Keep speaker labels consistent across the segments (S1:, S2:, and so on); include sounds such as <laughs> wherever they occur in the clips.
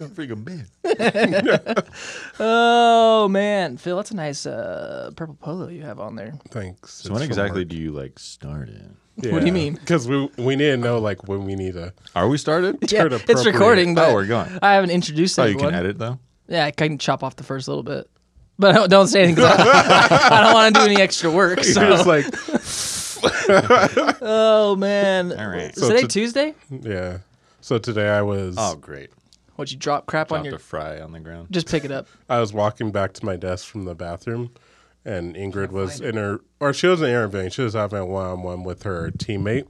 S1: You're a freaking man.
S2: Oh man, Phil, that's a nice uh, purple polo you have on there.
S3: Thanks.
S1: So when exactly do you like start it?
S2: What do you
S3: <laughs>
S2: mean?
S3: Because we we need to know like when we need to.
S1: Are we
S2: <laughs>
S1: started?
S3: Turn
S2: it's
S3: appropriate.
S2: recording, but
S1: Oh, we're going.
S2: I haven't introduced
S1: Oh, you
S2: anyone.
S1: can edit
S2: <laughs>
S1: though.
S2: Yeah, I can chop off the first little bit, but don't, don't say anything. 'cause I, I don't <laughs> want to do any extra work.
S1: <laughs>
S3: It's
S2: So. <laughs>
S3: like
S2: Oh man,
S1: All right.
S2: Is
S3: So
S2: today
S3: to-
S2: Tuesday?
S3: yeah. So today I was
S1: oh, great.
S2: What you drop crap on
S1: Dropped
S2: your?
S1: a fry on the ground.
S2: <laughs> Just pick it up.
S3: I was walking back to my desk from the bathroom, and Ingrid was in her or she wasn't interviewing. She was having a one on one with her teammate,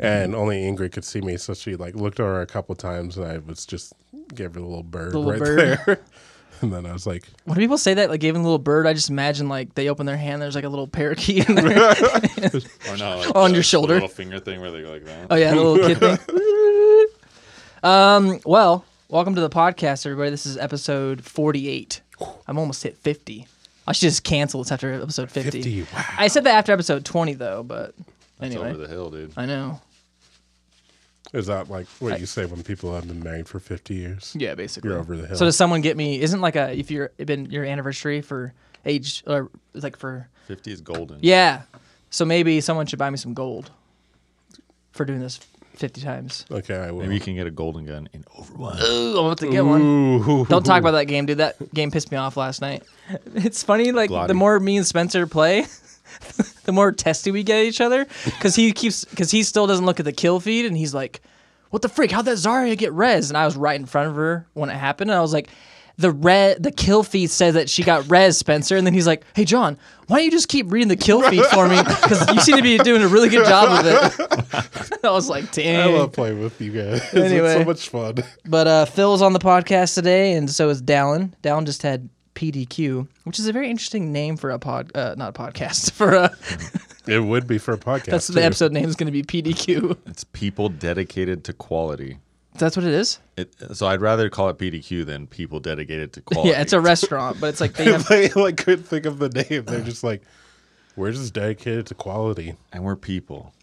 S3: and only Ingrid could see me. So she like looked over a couple times, and I was just gave her a little bird
S2: Little
S3: right
S2: bird.
S3: there. <laughs> and then I was like,
S2: When people say that, like gave him a little bird, I just imagine like they open their hand, there's like a little
S1: <laughs>
S2: parakeet in there.
S1: Or no, like
S2: <laughs> On
S1: the-
S2: your shoulder.
S1: the little finger thing where they go like that.
S2: oh yeah, the little kid thing.
S3: <laughs>
S2: um. Well, welcome to the podcast, everybody. This is episode 48. I'm almost hit 50. I should just cancel this after episode 50.
S3: 50, wow.
S2: I said that after episode 20 though, but
S1: It's
S2: anyway, Uh,
S1: over the hill, dude.
S2: I know.
S3: "Is that like what you say when people have been married for fifty years?
S2: Yeah, basically.
S3: You're over the hill."
S2: So does someone get me? Isn't like a if you're it been your anniversary for age or like for
S1: Fifty is golden.
S2: yeah. So maybe someone should buy me some gold for doing this fifty times.
S3: okay, I will.
S1: Maybe you can get a golden gun in Overwatch.
S2: Ooh, I'm about to get one.
S3: Ooh.
S2: Don't talk about that game, dude. That game pissed me off last night. <laughs> It's funny, like the
S1: Glotty.
S2: more me and Spencer play, <laughs> the more testy we get at each other. Because he keeps, because he still doesn't look at the kill feed, and he's like, "What the freak? How'd that Zarya get res?" And I was right in front of her when it happened, and I was like, "The red, the kill feed says that she got res, Spencer." And then he's like, "Hey, John, why don't you just keep reading the kill feed for me? Because you seem to be doing a really good job of it." <laughs> I was like,
S3: I
S2: "Dang."
S3: love playing with you guys. <laughs> it's
S2: Anyway.
S3: so much fun.
S2: But uh, Phil's on the podcast today, and so is Dallin. Dallin just had PDQ, which is a very interesting name for a pod, uh, not a podcast. <laughs> For a,
S3: It would be for a podcast.
S2: that's
S3: too.
S2: the episode name is going to be PDQ.
S1: It's people dedicated to quality.
S2: <laughs> That's what it is.
S1: It, so I'd rather call it PDQ than people dedicated to quality.
S2: <laughs> Yeah, it's a restaurant, but it's like they <laughs> have.
S3: they <laughs> like couldn't think of the name. They're just like, we're just dedicated to quality,
S1: and we're people.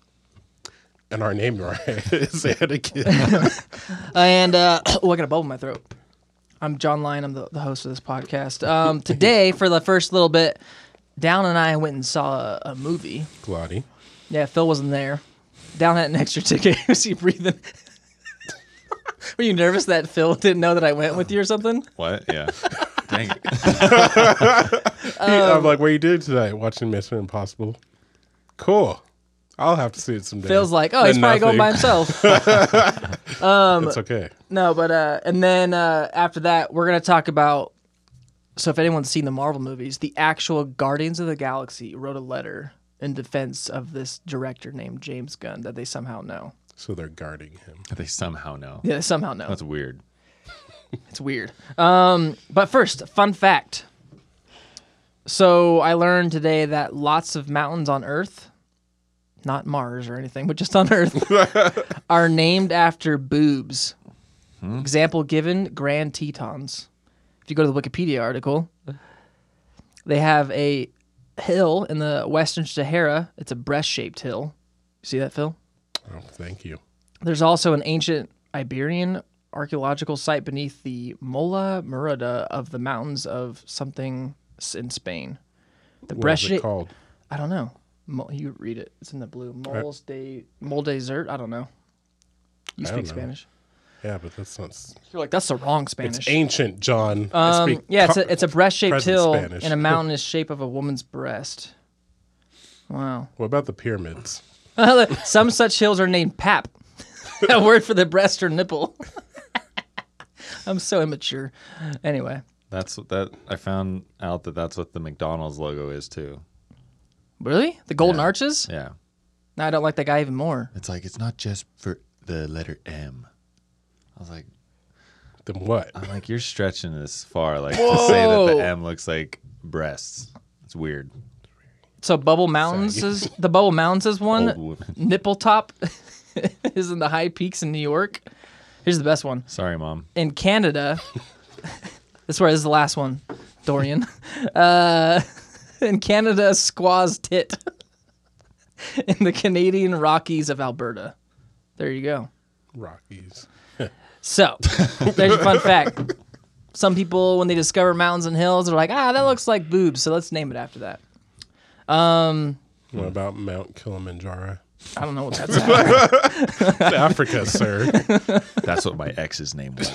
S2: <laughs>
S3: and our name right is Anakin.
S2: And uh, <coughs> oh, I got a bubble in my throat. I'm John Lyon. I'm the, the host of this podcast. <laughs> Um, today, for the first little bit, Dallin and I went and saw a, a movie.
S3: <laughs> Glotty.
S2: Yeah, Phil wasn't there. Down had an extra ticket. <laughs> Was he breathing? Were you nervous that Phil didn't know that I went with you or something?
S1: What?
S2: <laughs>
S1: Yeah. Dang it.
S2: Um,
S3: I'm like, what are you doing tonight? Watching Mission Impossible. Cool. I'll have to see it someday.
S2: Phil's like, oh, he's
S3: Then
S2: probably going by
S3: nothing.
S2: himself.
S3: <laughs> It's okay.
S2: no, but uh, and then uh, after that, we're gonna talk about. So, if anyone's seen the Marvel movies, the actual Guardians of the Galaxy wrote a letter in defense of this director named James Gunn that they somehow know.
S3: So they're guarding him.
S1: They somehow know.
S2: Yeah, they somehow know.
S1: That's weird.
S2: It's weird. Um, but first, fun fact. So I learned today that lots of mountains on Earth, not Mars or anything, but just on Earth, are named after boobs. Example given: Grand Tetons. If you go to the Wikipedia article, they have a hill in the Western Sahara. It's a breast-shaped hill. You see that, Phil?
S3: Oh, thank you.
S2: There's also an ancient Iberian archaeological site beneath the Mola Murada of the mountains of something s- in Spain. The
S3: What's it
S2: Brescia.
S3: called?
S2: I don't know. Mo- you read it. It's in the blue.
S3: Uh,
S2: Moles de Mol desert. I don't know. You speak
S3: I don't know.
S2: Spanish.
S3: Yeah, but that's not. s-
S2: You're like that's the wrong
S3: It's
S2: Spanish.
S3: ancient, John. I
S2: um,
S3: speak
S2: yeah, it's
S3: co-
S2: a, it's a breast-shaped
S3: present
S2: hill
S3: Spanish. <laughs>
S2: in a mountainous shape of a woman's breast. Wow.
S3: What about the pyramids?
S2: <laughs> Some such hills are named pap, <laughs> a word for the breast or nipple. <laughs> I'm so immature. Anyway,
S1: That's what that I found out that that's what the McDonald's logo is too.
S2: really, the golden
S1: Yeah.
S2: arches?
S1: Yeah.
S2: No, I don't like that guy even more.
S1: It's like it's not just for the letter M. I was like,
S3: Then what?
S1: I'm like you're stretching this far, like to say that
S2: Whoa.
S1: the M looks like breasts. It's weird.
S2: So Bubble Mountains is the Bubble Mountains is
S1: Old
S2: one.
S1: woman.
S2: Nipple Top <laughs> is in the high peaks in New York. Here's the best one
S1: Sorry,
S2: <laughs>
S1: mom.
S2: in Canada. this is where this is the last one, Dorian. <laughs> Uh, <laughs> in Canada, squaw's tit. <laughs> in the Canadian Rockies of Alberta. There you go.
S3: Rockies.
S2: So <laughs> there's a fun fact. Some people, when they discover mountains and hills, they're like, ah, that looks like boobs, so let's name it after that. Hmm.
S3: What about Mount Kilimanjaro?
S2: <laughs> I don't know what that's at.
S3: It's Africa, sir.
S1: That's what my ex's name was.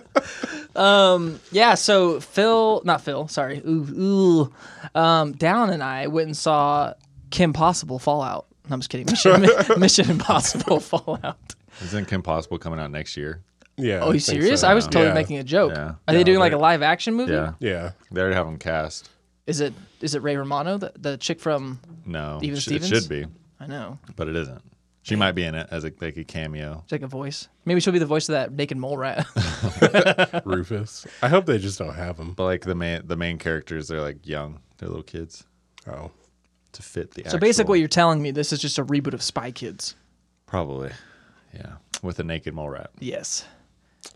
S2: <laughs> Yeah, so Phil, not Phil, sorry, ooh, ooh, um, Down and I went and saw Kim Possible Fallout. No, I'm just kidding. Mission, <laughs> Mission Impossible Fallout.
S1: Isn't Kim Possible coming out next year?
S3: Yeah.
S2: Oh,
S3: I
S2: you
S3: think
S2: serious?
S3: so.
S2: I was totally
S3: Yeah.
S2: making a joke.
S1: Yeah.
S2: Are they doing like a live action movie?
S1: Yeah,
S3: Yeah.
S1: they already have them cast.
S2: Is it is it Ray Romano, the, the chick from?
S1: No,
S2: Even
S1: sh- it
S2: Stevens?
S1: should be,
S2: I know,
S1: but it isn't. She might be in it as a, like a cameo.
S2: it's like a voice. Maybe she'll be the voice of that naked mole rat. <laughs>
S3: Rufus. I hope they just don't have him.
S1: But like the main the main characters, they're like young, they're little kids
S3: Oh.
S1: to fit the.
S2: so basically, what you're telling me this is just a reboot of Spy Kids.
S1: probably, yeah, with a naked mole rat.
S2: Yes.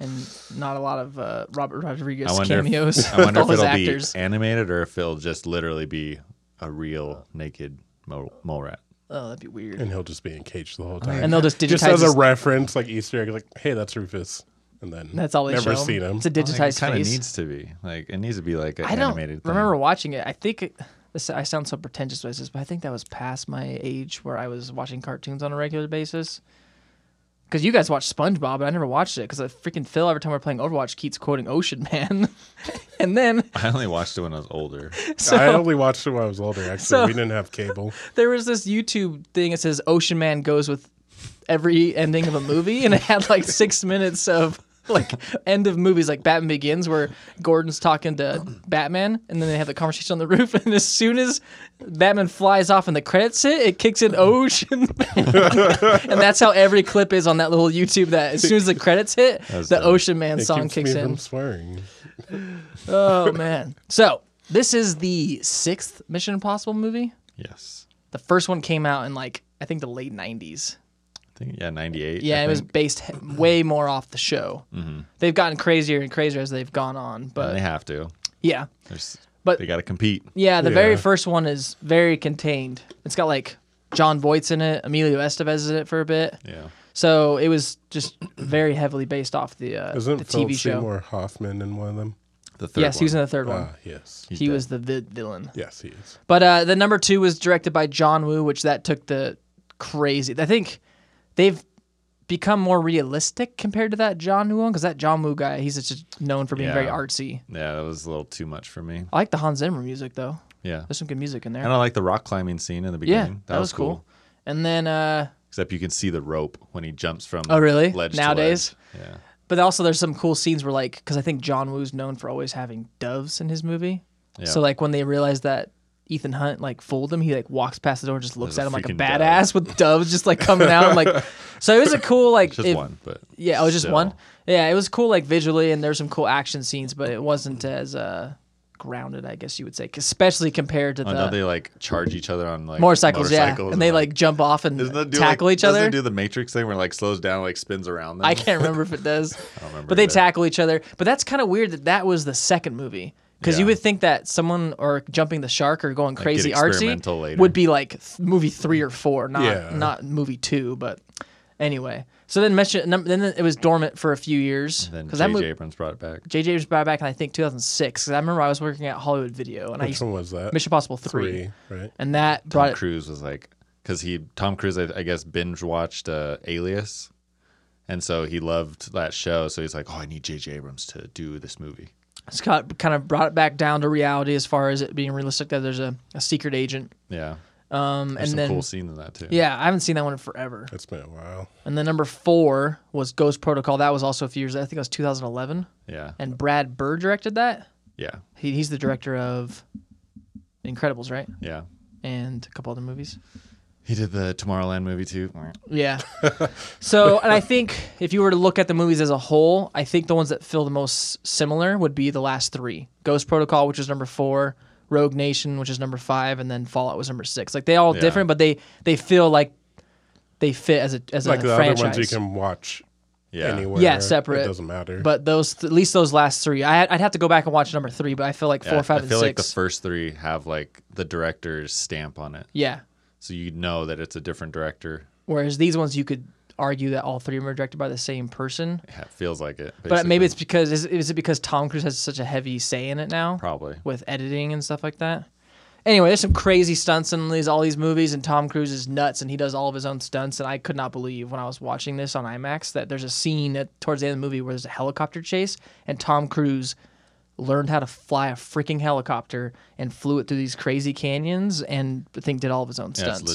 S2: And not a lot of uh, Robert Rodriguez
S1: I wonder if-
S2: cameos. with <laughs>
S1: I wonder
S2: all
S1: if
S2: his
S1: it'll
S2: actors.
S1: be animated or if it'll just literally be a real naked mole, mole rat.
S2: Oh, that'd be weird.
S3: And he'll just be in cage the whole time.
S2: and they'll just digitize.
S3: just as a
S2: his-
S3: reference, like Easter egg, like, hey, that's Rufus. And then
S2: that's all they
S3: never
S2: show
S3: seen him.
S2: It's a digitized
S1: Like, it kind of
S2: face.
S1: needs to be like it needs to be like an
S2: I don't
S1: animated. thing.
S2: remember watching it. I think it- this, I sound so pretentious with this, but I think that was past my age where I was watching cartoons on a regular basis. Because you guys watched SpongeBob, and I never watched it. Because freaking Phil, every time we're playing Overwatch, keeps quoting Ocean Man, <laughs> and then
S1: <laughs> I only watched it when I was
S2: <laughs>
S1: older.
S3: I only watched it when I was older, actually.
S2: So-
S3: we didn't have cable.
S2: there was this YouTube thing that says Ocean Man goes with every ending of a movie, and it had like six minutes of like end of movies, like Batman Begins, where Gordon's talking to Batman, and then they have the conversation on the roof, <laughs> and as soon as Batman flies off and the credits hit, it kicks in Ocean Man, and that's how every clip is on that little YouTube. That as soon as the credits hit,
S1: That's
S2: <laughs> the
S1: dumb.
S2: Ocean Man
S3: It
S2: song
S3: keeps
S2: kicks
S3: me
S2: in.
S3: from swearing.
S2: Oh man! So this is the sixth Mission Impossible movie.
S1: Yes,
S2: The first one came out in like I think the late '90s.
S1: I think yeah, ninety eight.
S2: Yeah, it was based he- way more off the show. They've gotten crazier and crazier as they've gone on,
S1: they
S2: but
S1: have to.
S2: yeah,
S1: There's,
S2: But-
S1: they got to compete.
S2: yeah. The very
S3: Yeah.
S2: first one is very contained. It's got like John Voight's in it, Emilio Estevez in it for a bit,
S1: Yeah,
S2: so it was just very heavily based off the uh,
S3: Isn't
S2: the
S3: Phil
S2: TV show.
S3: Seymour Hoffman in one of them?
S1: the third.
S2: yes, he was in
S1: one.
S2: the third one.
S3: Ah, yes.
S1: He's
S2: he
S1: dead.
S2: was the vid villain.
S3: Yes, he is.
S2: But uh, the number two was directed by John Woo, which that took the crazy. I think they've become more realistic compared to that John Woo one because that John Woo guy, he's just known for being very
S1: Yeah.
S2: artsy.
S1: Yeah, that was a little too much for me.
S2: I like the Hans Zimmer music though.
S1: Yeah,
S2: There's some good music in there.
S1: and I like the rock climbing scene in the
S2: yeah,
S1: beginning.
S2: that, was cool. And then, uh,
S1: Except you can see the rope when he jumps from.
S2: Oh, really?
S1: Ledge to
S2: Nowadays?
S1: ledge. Yeah.
S2: but also there's some cool scenes where like because I think John Woo's known for always having doves in his movie.
S1: Yeah.
S2: So like when they realize that. Ethan Hunt like fooled him. He like walks past the door, and just looks
S1: There's a
S2: at him like a
S1: freaking dove.
S2: badass with doves just like coming out. I'm
S1: <laughs>
S2: like, so it was a cool like
S1: Just
S2: it-
S1: one, but
S2: Yeah, it was just
S1: still.
S2: one. Yeah, it was cool like visually, and there's some cool action scenes, but it wasn't as uh, grounded, I guess you would say, especially compared to
S1: Oh,
S2: the
S1: no, they like charge each other on like
S2: Uh, motorcycles, Yeah,
S1: motorcycles
S2: and they like, jump off and
S1: doesn't that do,
S2: tackle
S1: like,
S2: each other.
S1: Doesn't it do the Matrix thing where it, like slows down, like spins around? Them?
S2: I can't remember if
S1: <laughs>
S2: it does,
S1: don't remember
S2: but they
S1: either.
S2: tackle each other. But that's kind of weird that that was the second movie. Because you
S1: Yeah.
S2: would think that someone or jumping the shark or going crazy
S1: experimental
S2: artsy
S1: later.
S2: would be like th- movie three or four, not
S3: Yeah.
S2: not movie two. But anyway, so then Mission, num- then it was dormant for a few years
S1: Then
S2: because that
S1: J.J.
S2: movie
S1: Abrams brought it back.
S2: JJ was brought back in I think 2006 'cause I remember I was working at Hollywood Video and I
S3: Which
S2: used
S3: one was that?
S2: Mission Possible 3,
S3: Three, right?
S2: and that brought
S1: Tom
S2: it
S1: Cruise was like, because he Tom Cruise, I, I guess, binge watched uh, Alias, and so he loved that show. So he's like, oh, I need J.J. Abrams to do this movie.
S2: Scott kind of brought it back down to reality as far as it being realistic that there's a, a secret agent
S1: Yeah,
S2: um
S1: there's
S2: and
S1: some
S2: then
S1: cool scenes in that too.
S2: yeah I haven't seen that one in forever
S3: It's been a while.
S2: and then number four was Ghost Protocol that was also a few years I think it was 2011
S1: yeah,
S2: and Brad Bird directed that
S1: yeah,
S2: he, he's the director of Incredibles right
S1: yeah.
S2: and a couple other movies
S1: He did the Tomorrowland movie too.
S3: <laughs>
S2: Yeah. so, and I think if you were to look at the movies as a whole, I think the ones that feel the most similar would be the last three Ghost Protocol, which is number four, Rogue Nation, which is number five, and then Fallout was number six. Like they all
S1: Yeah.
S2: different, but they they feel like they fit as a as
S3: Like
S2: a
S3: the
S2: franchise.
S3: other ones you can watch
S1: Yeah,
S3: anywhere.
S2: Yeah, separate.
S3: It doesn't matter.
S2: Mm-hmm. But those, at least those last three, I, I'd have to go back and watch number three, but I feel like four,
S1: Yeah,
S2: five,
S1: I
S2: and
S1: feel like the
S2: six.
S1: first three have like the director's stamp on it,
S2: yeah.
S1: so you know that it's a different director.
S2: Whereas these ones you could argue that all three of them are directed by the same person.
S1: Yeah, it feels like it.
S2: But maybe
S1: basically.
S2: it's because is, is it because Tom Cruise has such a heavy say in it now?
S1: probably.
S2: with editing and stuff like that. Anyway, there's some crazy stunts in these all these movies, and Tom Cruise is nuts, and he does all of his own stunts. And I could not believe when I was watching this on IMAX that there's a scene at, towards the end of the movie where there's a helicopter chase, and Tom Cruise learned how to fly a freaking helicopter and flew it through these crazy canyons, and I think did all of his own
S1: Yeah, it's,
S2: stunts.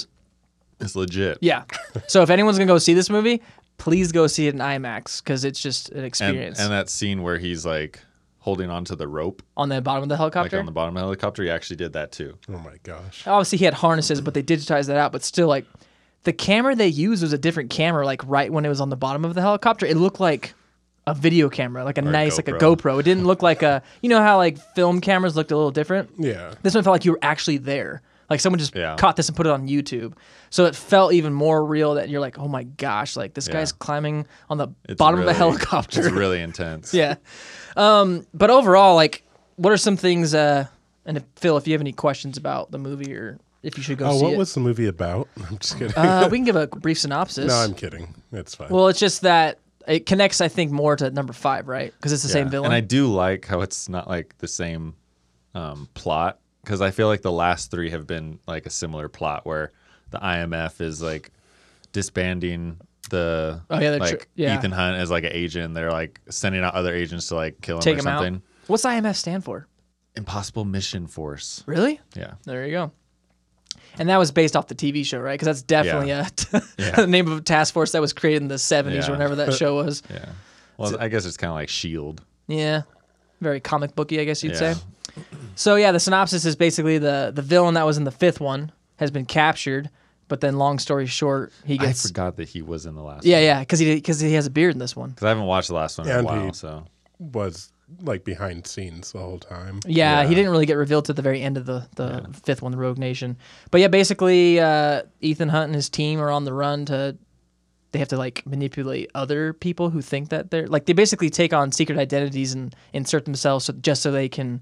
S1: le- it's legit.
S2: yeah. so if anyone's gonna go see this movie, please go see it in IMAX because it's just an
S1: and,
S2: experience
S1: and that scene where he's like holding onto the rope,
S2: on the bottom of the
S1: like
S2: helicopter.
S1: on the bottom of the helicopter, he actually did that too.
S3: Oh my gosh.
S2: obviously he had harnesses, but they digitized that out. But still, like the camera they used was a different camera. Like right when it was on the bottom of the helicopter, it looked like a video camera, like a nice, like a
S1: GoPro.
S2: GoPro. It didn't look like a, you know how like film cameras looked a little different.
S3: Yeah.
S2: This one felt like you were actually there. Like someone just
S1: Yeah.
S2: caught this and put it on YouTube. So it felt even more real that you're like, oh my gosh, like this guy's climbing on the
S1: It's
S2: bottom of a
S1: really-
S2: helicopter.
S1: It's really intense.
S2: <laughs> yeah. Um, but overall, like, what are some things? Uh, and if, Phil, if you have any questions about the movie or if you should go
S3: Oh,
S2: see
S3: what
S2: it,
S3: was the movie about? <laughs> I'm just kidding.
S2: uh, we can give a brief synopsis.
S3: no, I'm kidding. It's fine.
S2: well, it's just that it connects, I think, more to number five, right? Because it's the same
S1: Yeah.
S2: villain.
S1: And I do like how it's not like the same um, plot because I feel like the last three have been like a similar plot where the IMF is like disbanding the
S2: Oh, yeah, they're tr-
S1: like
S2: yeah.
S1: Ethan Hunt as like an agent. They're like sending out other agents to like kill him
S2: Take
S1: or
S2: him
S1: something.
S2: out. What's IMF stand for?
S1: Impossible Mission Force.
S2: Really?
S1: Yeah.
S2: There you go. And that was based off the TV show, right? Because that's definitely a <laughs> the name of a task force that was created in the 70s
S1: Yeah.
S2: or whenever that show was.
S1: Yeah. Well, I E guess it's kind of like Shield.
S2: Yeah. Very comic booky, I guess you'd
S1: Yeah.
S2: say. So yeah, the synopsis is basically the the villain that was in the fifth one has been captured, but then long story short, he
S1: I
S2: gets
S1: forgot that he was in the last.
S2: Yeah, yeah, cuz he because he has a beard in this one.
S1: Because I haven't watched the last one in a
S3: And
S1: while.
S3: he-
S1: So
S3: was like behind scenes the whole time.
S2: Yeah, he didn't really get revealed to the very end of the, the fifth one, the Rogue Nation. But yeah, basically, uh, Ethan Hunt and his team are on the run to. They have to like manipulate other people who think that they're like they basically take on secret identities and insert themselves so, just so they can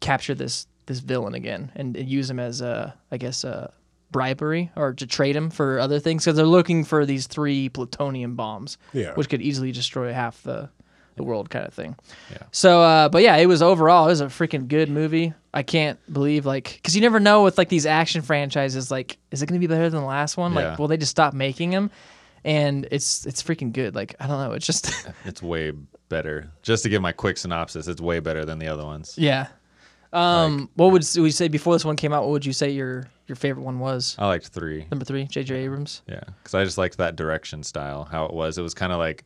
S2: capture this this villain again and, and use him as a I guess a bribery or to trade him for other things because they're looking for these three plutonium bombs,
S3: Yeah.
S2: which could easily destroy half the the world kind of thing.
S1: Yeah.
S2: So, uh, but yeah, it was overall it was a freaking good movie. I can't believe like because you never know with like these action franchises like is it gonna be better than the last one?
S1: Yeah.
S2: Like, will they just stop making them? And it's it's freaking good. Like I don't know. It's
S1: <laughs>
S2: just <laughs>
S1: it's way better. Just to give my quick synopsis, it's way better than the other ones.
S2: yeah. Um, what would would you say before this one came out? What would you say your your favorite one was?
S1: I liked three.
S2: Number three, J.J. Abrams.
S1: Yeah, because I just liked that direction style, how it was. It was kind of like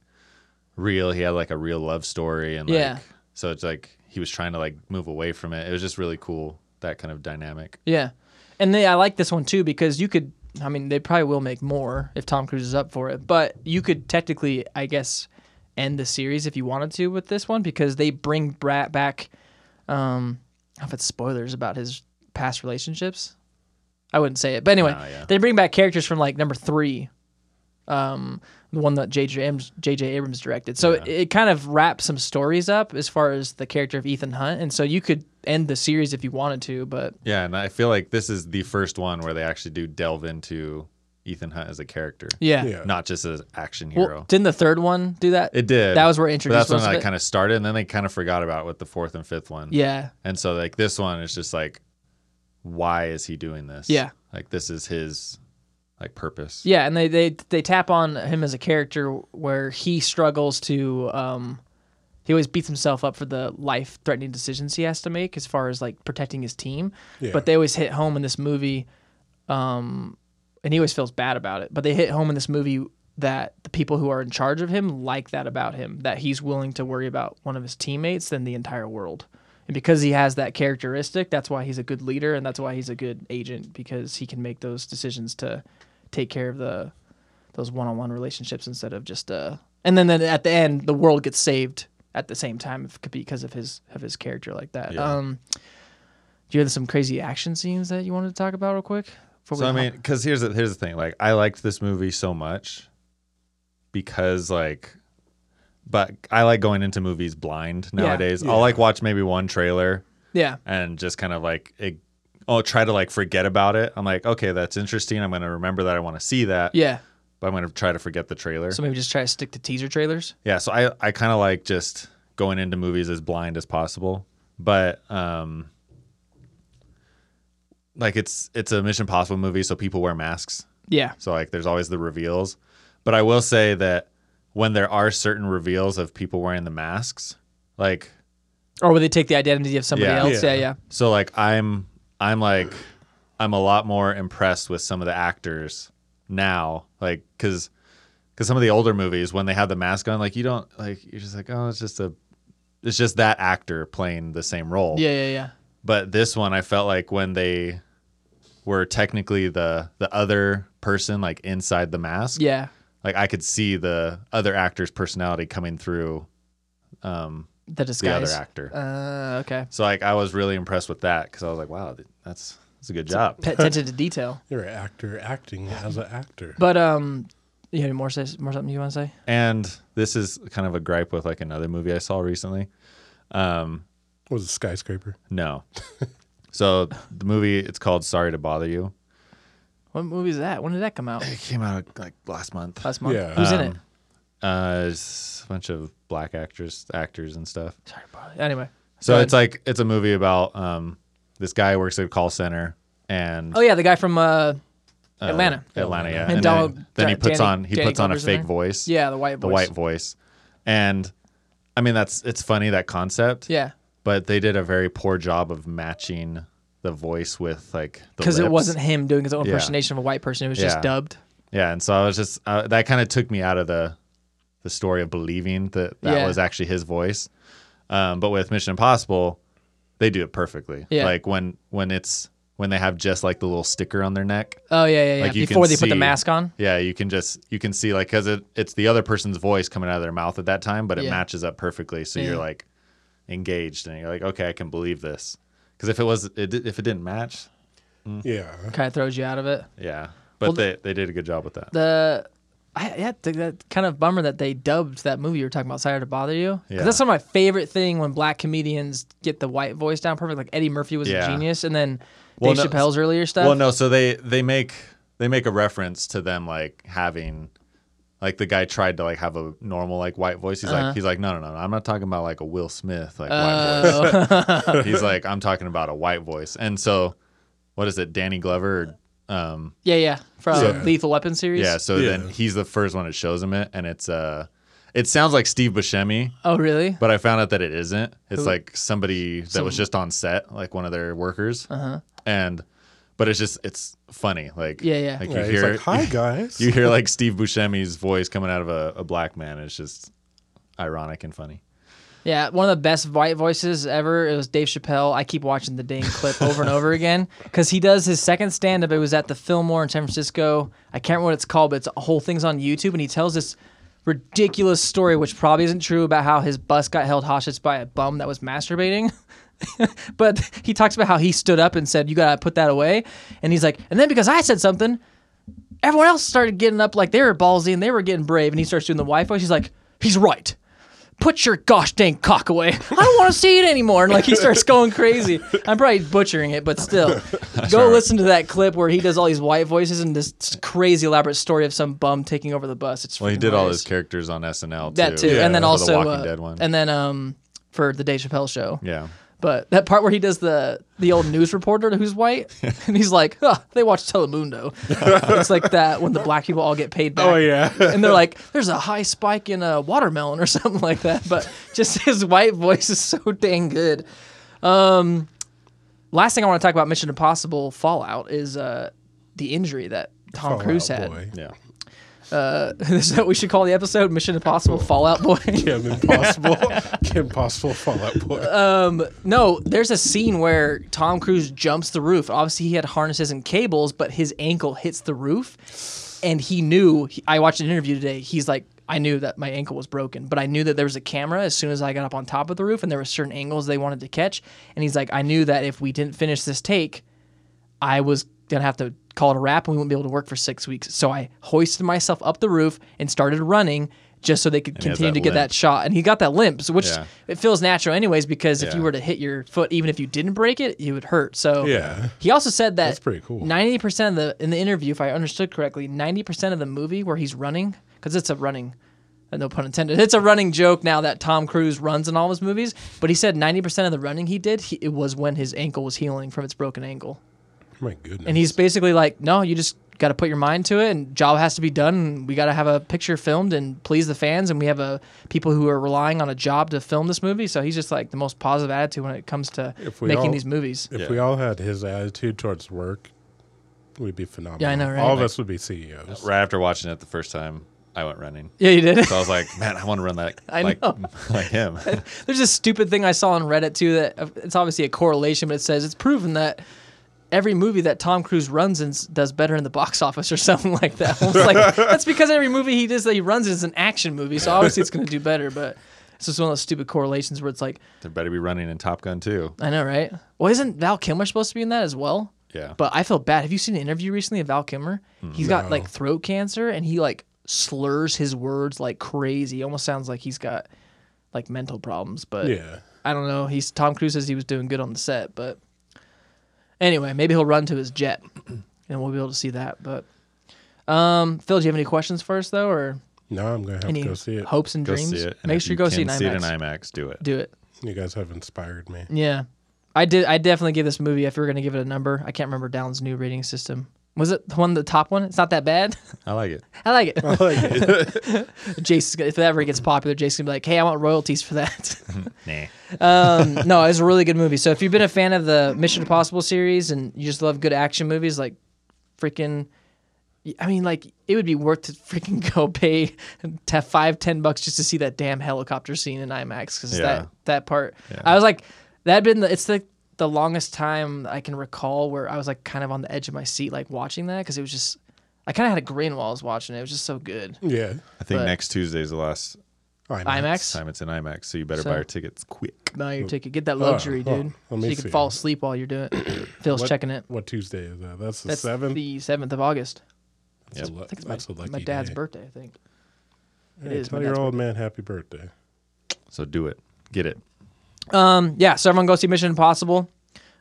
S1: real. He had like a real love story, and like,
S2: Yeah.
S1: so it's like he was trying to like move away from it. It was just really cool that kind of dynamic.
S2: Yeah, and they, I like this one too because you could. I mean, they probably will make more if Tom Cruise is up for it. But you could technically, I guess, end the series if you wanted to with this one because they bring Brat back. Um, I don't know if it's spoilers about his past relationships, I wouldn't say it. But anyway,
S1: No, yeah.
S2: they bring back characters from like number three, um, the one that J.J. Abrams, J.J. Abrams directed. So it, it kind of wraps some stories up as far as the character of Ethan Hunt, and so you could end the series if you wanted to, but
S1: Yeah, and I feel like this is the first one where they actually do delve into Ethan Hunt as a character,
S2: Yeah.
S3: Yeah.
S1: not just as action
S2: Well,
S1: hero.
S2: didn't the third one do that?
S1: it did.
S2: That was where it
S1: But
S2: introduced
S1: That's when
S2: most of
S1: I
S2: it.
S1: kind of started, and then they kind of forgot about it with the fourth and fifth one.
S2: Yeah.
S1: And so like this one is just like, why is he doing this?
S2: Yeah.
S1: Like this is his like purpose.
S2: Yeah, and they they they tap on him as a character where he struggles to um he always beats himself up for the life-threatening decisions he has to make as far as like protecting his team.
S3: Yeah.
S2: But they always hit home in this movie um and he always feels bad about it. But they hit home in this movie that the people who are in charge of him like that about him that he's willing to worry about one of his teammates than the entire world. And because he has that characteristic, that's why he's a good leader and that's why he's a good agent because he can make those decisions to take care of the those one-on-one relationships instead of just uh and then, then at the end the world gets saved at the same time if- because of his of his character like that.
S1: Yeah.
S2: Um do you have some crazy action scenes that you wanted to talk about real quick? Before
S1: So I
S2: hop-
S1: mean, because here's the, here's the thing. Like I liked this movie so much because like, but I like going into movies blind nowadays. I'll like watch maybe one trailer
S2: yeah,
S1: and just kind of like it, I'll try to like forget about it. I'm like, okay, that's interesting. I'm gonna remember that. I want to see that.
S2: yeah,
S1: but I'm gonna try to forget the trailer.
S2: So maybe just try to stick to teaser trailers.
S1: yeah, so I I kind of like just going into movies as blind as possible, but um, like it's it's a Mission Possible movie, so people wear masks.
S2: Yeah.
S1: So like there's always the reveals. But I will say that when there are certain reveals of people wearing the masks, like
S2: Or would they take the identity of somebody
S1: Yeah.
S2: else? Yeah.
S3: Yeah.
S2: yeah,
S1: so like I'm I'm like I'm a lot more impressed with some of the actors now like cuz cuz some of the older movies when they have the mask on like you don't like you're just like oh it's just a it's just that actor playing the same role.
S2: yeah, yeah, yeah.
S1: But this one I felt like when they were technically the the other person like inside the mask
S2: Yeah.
S1: like I could see the other actor's personality coming through um,
S2: The
S1: the
S2: disguise.
S1: other actor.
S2: Uh, <laughs> okay.
S1: so like I was really impressed with that because I was like, wow, th- that's that's a good job.
S2: Pay attention to detail.
S3: You're an actor acting as an actor.
S2: But um, you have any more say, more something you want to say?
S1: and this is kind of a gripe with like another movie I saw recently. Um,
S3: was a skyscraper.
S2: <laughs>
S1: no, so the movie it's called Sorry to Bother You.
S2: What movie is that? When did that come out?
S1: It came out like last month.
S2: Last month.
S3: Yeah.
S2: Who's in it?
S1: Um, Uh, it's a bunch of black actors, actors and stuff.
S2: Sorry, bro. Anyway.
S1: So
S2: Go
S1: it's like it's a movie about um, this guy works at a call center and uh,
S2: Oh yeah, the guy from uh, Atlanta.
S1: Atlanta, yeah.
S2: And Donald-
S1: then, then he
S2: Dan-
S1: puts
S2: Danny-
S1: on he
S2: Danny
S1: puts on a
S2: Glover's in
S1: fake
S2: there?
S1: voice.
S2: yeah, the white
S1: the
S2: voice.
S1: white voice. And I mean that's it's funny that concept.
S2: Yeah,
S1: But they did a very poor job of matching the voice with like the
S2: because it
S1: lips.
S2: wasn't him doing his own
S1: Yeah.
S2: impersonation of a white person. It was just
S1: Yeah.
S2: dubbed.
S1: Yeah, and so I was just uh, that kind of took me out of the the story of believing that that
S2: Yeah.
S1: was actually his voice. Um, but with Mission Impossible, they do it perfectly.
S2: Yeah.
S1: Like when when it's when they have just like the little sticker on their neck.
S2: Oh yeah, yeah, yeah.
S1: Like, you can
S2: Before they put the
S1: see-
S2: mask on.
S1: Yeah, you can just you can see like because it, it's the other person's voice coming out of their mouth at that time, but it
S2: Yeah.
S1: matches up perfectly. So
S2: Yeah.
S1: you're like engaged, and you're like, okay, I can believe this. Because if it was it, di- if it didn't match,
S2: Mm.
S3: Yeah.
S2: Kind of throws you out of it.
S1: yeah. But
S2: Well,
S1: they they did a good job with that.
S2: The I, yeah, th- that kind of bummer that they dubbed that movie you were talking about, Sorry to Bother You. 'Cause
S1: Yeah.
S2: that's one of my favorite thing when black comedians get the white voice down perfect. Like Eddie Murphy was
S1: Yeah.
S2: a genius, and then
S1: Well,
S2: Dave
S1: no-
S2: Chappelle's earlier stuff.
S1: well, no, so they they make they make a reference to them like having like the guy tried to like have a normal like white voice. He's
S2: Uh-huh.
S1: like he's like no no no, I'm not talking about like a Will Smith like white
S2: Oh.
S1: voice. <laughs> he's like I'm talking about a white voice. And so what is it, Danny Glover? Or, um,
S2: Yeah, yeah, from
S3: So-
S2: Lethal Weapon series.
S1: Yeah, so then
S3: Yeah.
S1: he's the first one that shows him it, and it's uh, it sounds like Steve Buscemi,
S2: Oh really?
S1: but I found out that it isn't. It's
S2: Who-
S1: like somebody that was just on set, like one of their workers, and but it's just it's funny, like
S2: Uh-huh. Yeah, yeah.
S1: like
S3: Yeah,
S1: you
S3: he's
S1: hear
S2: <laughs>
S3: like, hi
S1: <laughs>
S3: guys.
S1: you hear like Steve Buscemi's voice coming out of a, a black man. It's just ironic and funny.
S2: Yeah, one of the best white voices ever. It was Dave Chappelle. I keep watching the dang clip over and over again because he does his second stand up. It was at the Fillmore in San Francisco. I can't remember what it's called, but it's whole thing's on YouTube, and he tells this ridiculous story, which probably isn't true, about how his bus got held hostage by a bum that was masturbating. <laughs> but <laughs> he talks about how he stood up and said, "You gotta put that away," and he's like, and then because I said something, everyone else started getting up like they were ballsy and they were getting brave. And he starts doing the white voice. He's like, he's right. Put your gosh dang cock away. I don't want to see it anymore. And like he starts going crazy. I'm probably butchering it,
S1: <laughs>
S2: but still. Go listen to that clip where he does all these white voices and this crazy elaborate story of some bum taking over the bus. It's
S1: Well, he
S2: freaking
S1: did all
S2: hilarious.
S1: his characters on SNL
S2: that too,
S1: Yeah,
S2: and then
S1: for
S2: also
S1: the Walking
S2: uh,
S1: Dead one.
S2: and then um for the Dave Chappelle show.
S1: yeah,
S2: But that part where he does the the old news reporter who's white,
S3: <laughs>
S2: and he's like, huh, they watch Telemundo. <laughs> it's like that when the black people all get paid back.
S3: oh yeah.
S2: And they're like, there's a high spike in a watermelon or <laughs> something like that. But just his white voice is so dang good. Um, last thing I want to talk about Mission Impossible Fallout is uh, the injury that Tom
S3: Fallout
S2: Cruise had.
S3: Oh, Boy.
S1: yeah.
S2: <laughs> is that what we should call the episode Mission Impossible Fallout Boy? <laughs>
S3: <laughs> Kim Impossible. Kim Impossible Fallout Boy.
S2: Uh, No, there's a scene where Tom Cruise jumps the roof. Obviously, he had harnesses and cables, but his ankle hits the roof, and he knew. he- I watched an interview today. He's like, I knew that my ankle was broken, but I knew that there was a camera as soon as I got up on top of the roof, and there were certain angles they wanted to catch. And he's like, I knew that if we didn't finish this take, I was gonna have to call it a wrap and we wouldn't be able to work for six weeks. So I hoisted myself up the roof and started running, just so they could
S1: he has
S2: continue
S1: that
S2: to get
S1: limp.
S2: that shot. And he got that limp, so- which
S1: Yeah.
S2: it feels natural anyways because if you
S1: Yeah.
S2: were to hit your foot, even if you didn't break it, it would hurt. So
S3: Yeah.
S2: he also said that
S3: That's pretty cool.
S2: Ninety percent of the in the interview, if I understood correctly, ninety percent of the movie where he's running because it's a running. uh, No pun intended. <laughs> It's a running joke now that Tom Cruise runs in all his movies, but he said 90% of the running he did, he, it was when his ankle was healing from its broken ankle.
S3: My goodness.
S2: And he's basically like, no, you just got to put your mind to it, and job has to be done. And we got to have a picture filmed and please the fans, and we have a people who are relying on a job to film this movie. So he's just like the most positive attitude when it comes to
S3: If we
S2: making
S3: all-
S2: these movies.
S3: if
S1: Yeah.
S3: we all had his attitude towards work, we'd be phenomenal.
S2: Yeah, I know, right?
S3: All of us would be E CEOs.
S1: Right after watching it the first time, I went running.
S2: Yeah, you did. <laughs>
S1: So I was like, man, I want to run like
S2: I
S1: like,
S2: know.
S1: <laughs> like him.
S2: There's this stupid thing I saw on Reddit too that uh, it's obviously a correlation, but it says it's proven that every movie that Tom Cruise runs in s- does better in the box office or <laughs> something like that. Almost
S3: <laughs>
S2: like that's because every movie he does that he runs in is an action movie, so obviously it's going to do better. But it's just one of those stupid correlations where it's like,
S1: There better be running in Top Gun too.
S2: I know, right? Well, isn't Val Kilmer supposed to be in that as well?
S1: Yeah.
S2: But I feel bad. Have you seen an interview recently of Val Kilmer? He's got like throat cancer and he like slurs his words like crazy. Almost sounds like he's got like mental problems, but
S3: Yeah.
S2: I don't know. He's Tom Cruise says he was doing good on the set, but anyway, maybe he'll run to his jet, <clears throat> and we'll be able to see that. But um, Phil, do you have any questions for us though, or
S3: No, I'm gonna have
S2: any
S3: to go see it.
S2: hopes and
S1: go
S2: dreams?
S1: see it. And
S2: Make
S1: if
S2: sure
S1: you
S2: you go
S1: can
S2: see it in
S1: See it in
S2: IMAX.
S1: IMAX. Do it.
S2: Do it.
S3: You guys have inspired me.
S2: Yeah, I did. I definitely gave this movie. If we were gonna give it a number, I can't remember Down's new rating system. Was it the one, the top one? It's not that bad. <laughs>
S1: I like it.
S2: I like it. <laughs> Jason's gonna, if that ever gets popular, Jason's gonna be like, "Hey, I want royalties for that." <laughs>
S1: Nah.
S2: um, no, it's a really good movie. So if you've been a fan of the Mission Impossible series and you just love good action movies, like freaking, I mean, like it would be worth to freaking <laughs> go pay te- five, ten bucks just to see that damn helicopter scene in IMAX because
S1: Yeah.
S2: that that part, I was like, that had been the, it's like the longest time I can recall where I was like kind of on the edge of my seat like watching that because it was just. I kind of had a grin while I was watching it. It was just so good.
S3: Yeah.
S1: I think
S2: But-
S1: next Tuesday's the last
S2: IMAX.
S1: time it's in IMAX, so you better
S2: So-
S1: buy your tickets quick.
S2: Buy your ticket. Get that luxury,
S3: oh,
S2: dude.
S3: let
S2: so
S3: me
S2: you can
S3: see.
S2: fall asleep while you're doing
S3: <coughs>
S2: it. Phil's
S3: What-
S2: checking it.
S3: What Tuesday is that? That's the
S2: That's
S3: seventh.
S2: the seventh of August.
S3: That's a lu-
S2: I think it's
S3: that's a
S2: my,
S3: lucky
S2: my dad's
S3: day.
S2: birthday. I think.
S3: Hey,
S2: is my
S3: tell your
S2: dad's
S3: old man happy birthday.
S1: So do it. Get it.
S2: Um, yeah. So everyone go see Mission Impossible.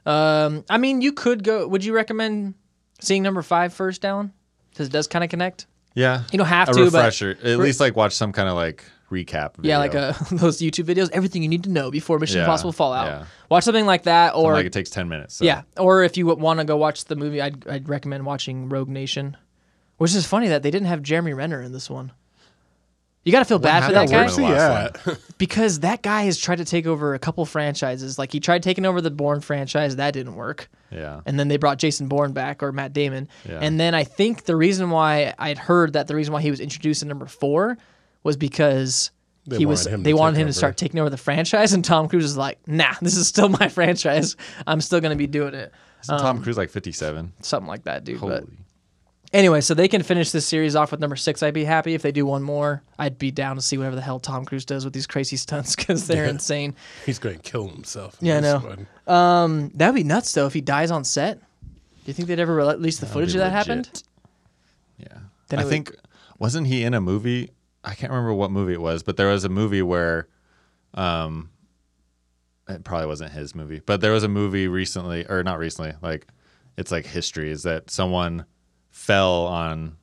S2: Um, I mean, you could go. Would you recommend seeing number five first, Alan? Because it does kind of connect.
S1: Yeah.
S2: You don't have
S1: a
S2: to, but-
S1: refresher. At least like watch some kind of like recap. Video.
S2: Yeah, like uh <laughs> those YouTube videos. Everything you need to know before Mission
S1: Yeah,
S2: Impossible Fallout.
S1: yeah.
S2: Watch something like that, or
S1: And, like it takes ten minutes. So.
S2: yeah, or if you want to go watch the movie, I'd I'd recommend watching Rogue Nation. Which is funny that they didn't have Jeremy Renner in this one. You got to feel bad for
S1: happened
S2: that
S1: to
S2: guy.
S1: Jeremy
S3: Where's he
S1: last
S3: at?
S2: because that guy has tried to take over a couple franchises. Like he tried taking over the Bourne franchise, that didn't work.
S1: Yeah.
S2: <laughs> And then they brought Jason Bourne back or Matt Damon.
S1: Yeah.
S2: And then I think the reason why I'd heard that the reason why he was introduced in number four was because
S3: They
S2: he was
S3: wanted him
S2: they
S3: to
S2: wanted
S3: take
S2: him
S3: over.
S2: to start taking over the franchise and Tom Cruise is like, nah, this is still my <laughs> franchise. I'm still gonna be doing it.
S1: Isn't Tom Cruise like fifty-seven.
S2: Something like that, dude.
S1: Holy.
S2: um, But anyway, so they can finish this series off with number six. I'd be happy if they do one more. I'd be down to see whatever the hell Tom Cruise does with these crazy stunts because they're insane.
S3: He's going to kill himself. in
S2: Yeah, I
S3: this
S2: know.
S3: one.
S2: That'd be nuts though if he dies on set. Do you think they'd ever release the footage
S1: be
S2: of that
S1: legit.
S2: happened?
S1: Yeah.
S2: Then
S1: I
S2: it would-
S1: think wasn't he in a movie? I can't remember what movie it was, but there was a movie where um it probably wasn't his movie, but there was a movie recently or not recently, like it's like history is that someone fell on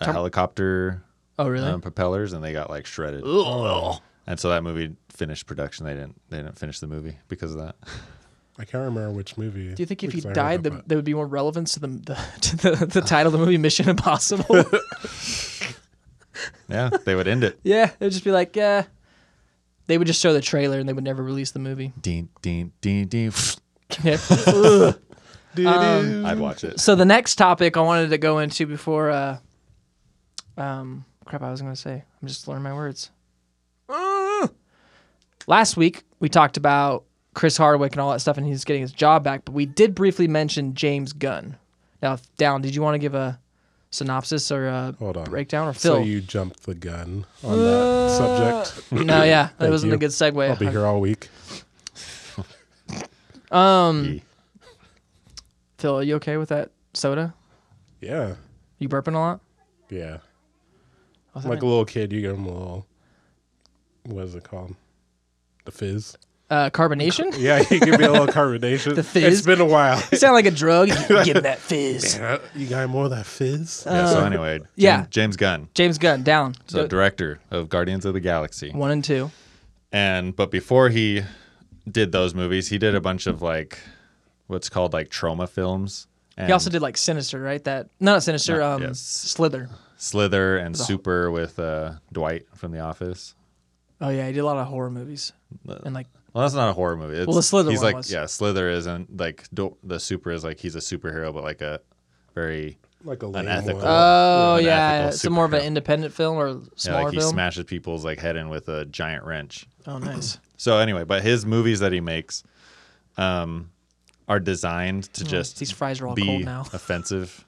S1: a helicopter
S2: Oh really?
S1: um, propellers and they got like shredded. And so that movie finished production. They didn't they didn't finish the movie because of that.
S3: I can't remember which movie.
S2: Do you think if he
S3: because I heard
S2: died, the,
S3: about it.
S2: there would be more relevance to the the, <laughs> to the, the title of the movie,
S1: <laughs>
S2: Mission Impossible?
S1: Yeah, they would end
S2: <laughs>
S1: it.
S2: yeah, it would just be like, yeah. They would just show the trailer and they would never release
S1: <laughs>
S2: the movie.
S1: Ding ding ding ding.
S2: Yeah.
S1: I'd watch it.
S2: so the next topic I wanted to go into before, uh, um, crap, I was gonna say. I'm just learning my words. Ah! Last week we talked about Chris Hardwick and all that stuff, and he's getting his job back. But we did briefly mention James Gunn. Now, down. Did you want to give a synopsis or a
S3: Hold on.
S2: breakdown or
S3: So
S2: Phil?
S3: you jumped the gun on that subject.
S2: no, <laughs> yeah, that
S3: <coughs> Thank
S2: wasn't a
S3: you.
S2: good segue.
S3: I'll be here all week.
S2: Um,
S1: Yeah.
S2: Phil, are you okay with that soda?
S3: Yeah.
S2: You burping a lot?
S3: Yeah.
S2: Was that
S3: like a little kid, you give him a little what is it called? The fizz.
S2: Uh, carbonation?
S3: <laughs> Yeah, you give me a
S2: <laughs>
S3: little carbonation.
S2: The fizz?
S3: It's been a while. <laughs>
S2: You sound like a drug. Give him that fizz.
S3: Uh, you got more of that fizz?
S2: Uh,
S1: Yeah, so anyway, James,
S2: yeah.
S1: James Gunn,
S2: James Gunn, down.
S1: so
S2: Go-
S1: director of Guardians of the Galaxy.
S2: One and two.
S1: and but before he did those movies, he did a bunch of like what's called like trauma films. And
S2: He also did like Sinister, right? That no, not Sinister.
S1: No,
S2: um,
S1: yes.
S2: Slither.
S1: Slither and Super with uh, Dwight from The Office.
S2: Oh yeah, he did a lot of horror movies and like
S1: Well, that's not a horror movie. It's,
S2: Well, the Slither
S1: He's
S2: one
S1: like
S2: was.
S1: yeah, Slither isn't like do, the Super is like he's a superhero, but like a very
S3: Like a lame
S1: unethical.
S3: one.
S2: Oh
S1: an
S2: yeah,
S1: ethical
S2: it's more of an
S1: superhero.
S2: independent film or
S1: yeah,
S2: smaller
S1: like he
S2: film.
S1: smashes people's like head in with a giant wrench.
S2: oh nice.
S1: So anyway, but his movies that he makes um, are designed to just
S2: Oh, these fries are all
S1: be
S2: cold now. <laughs>
S1: offensive.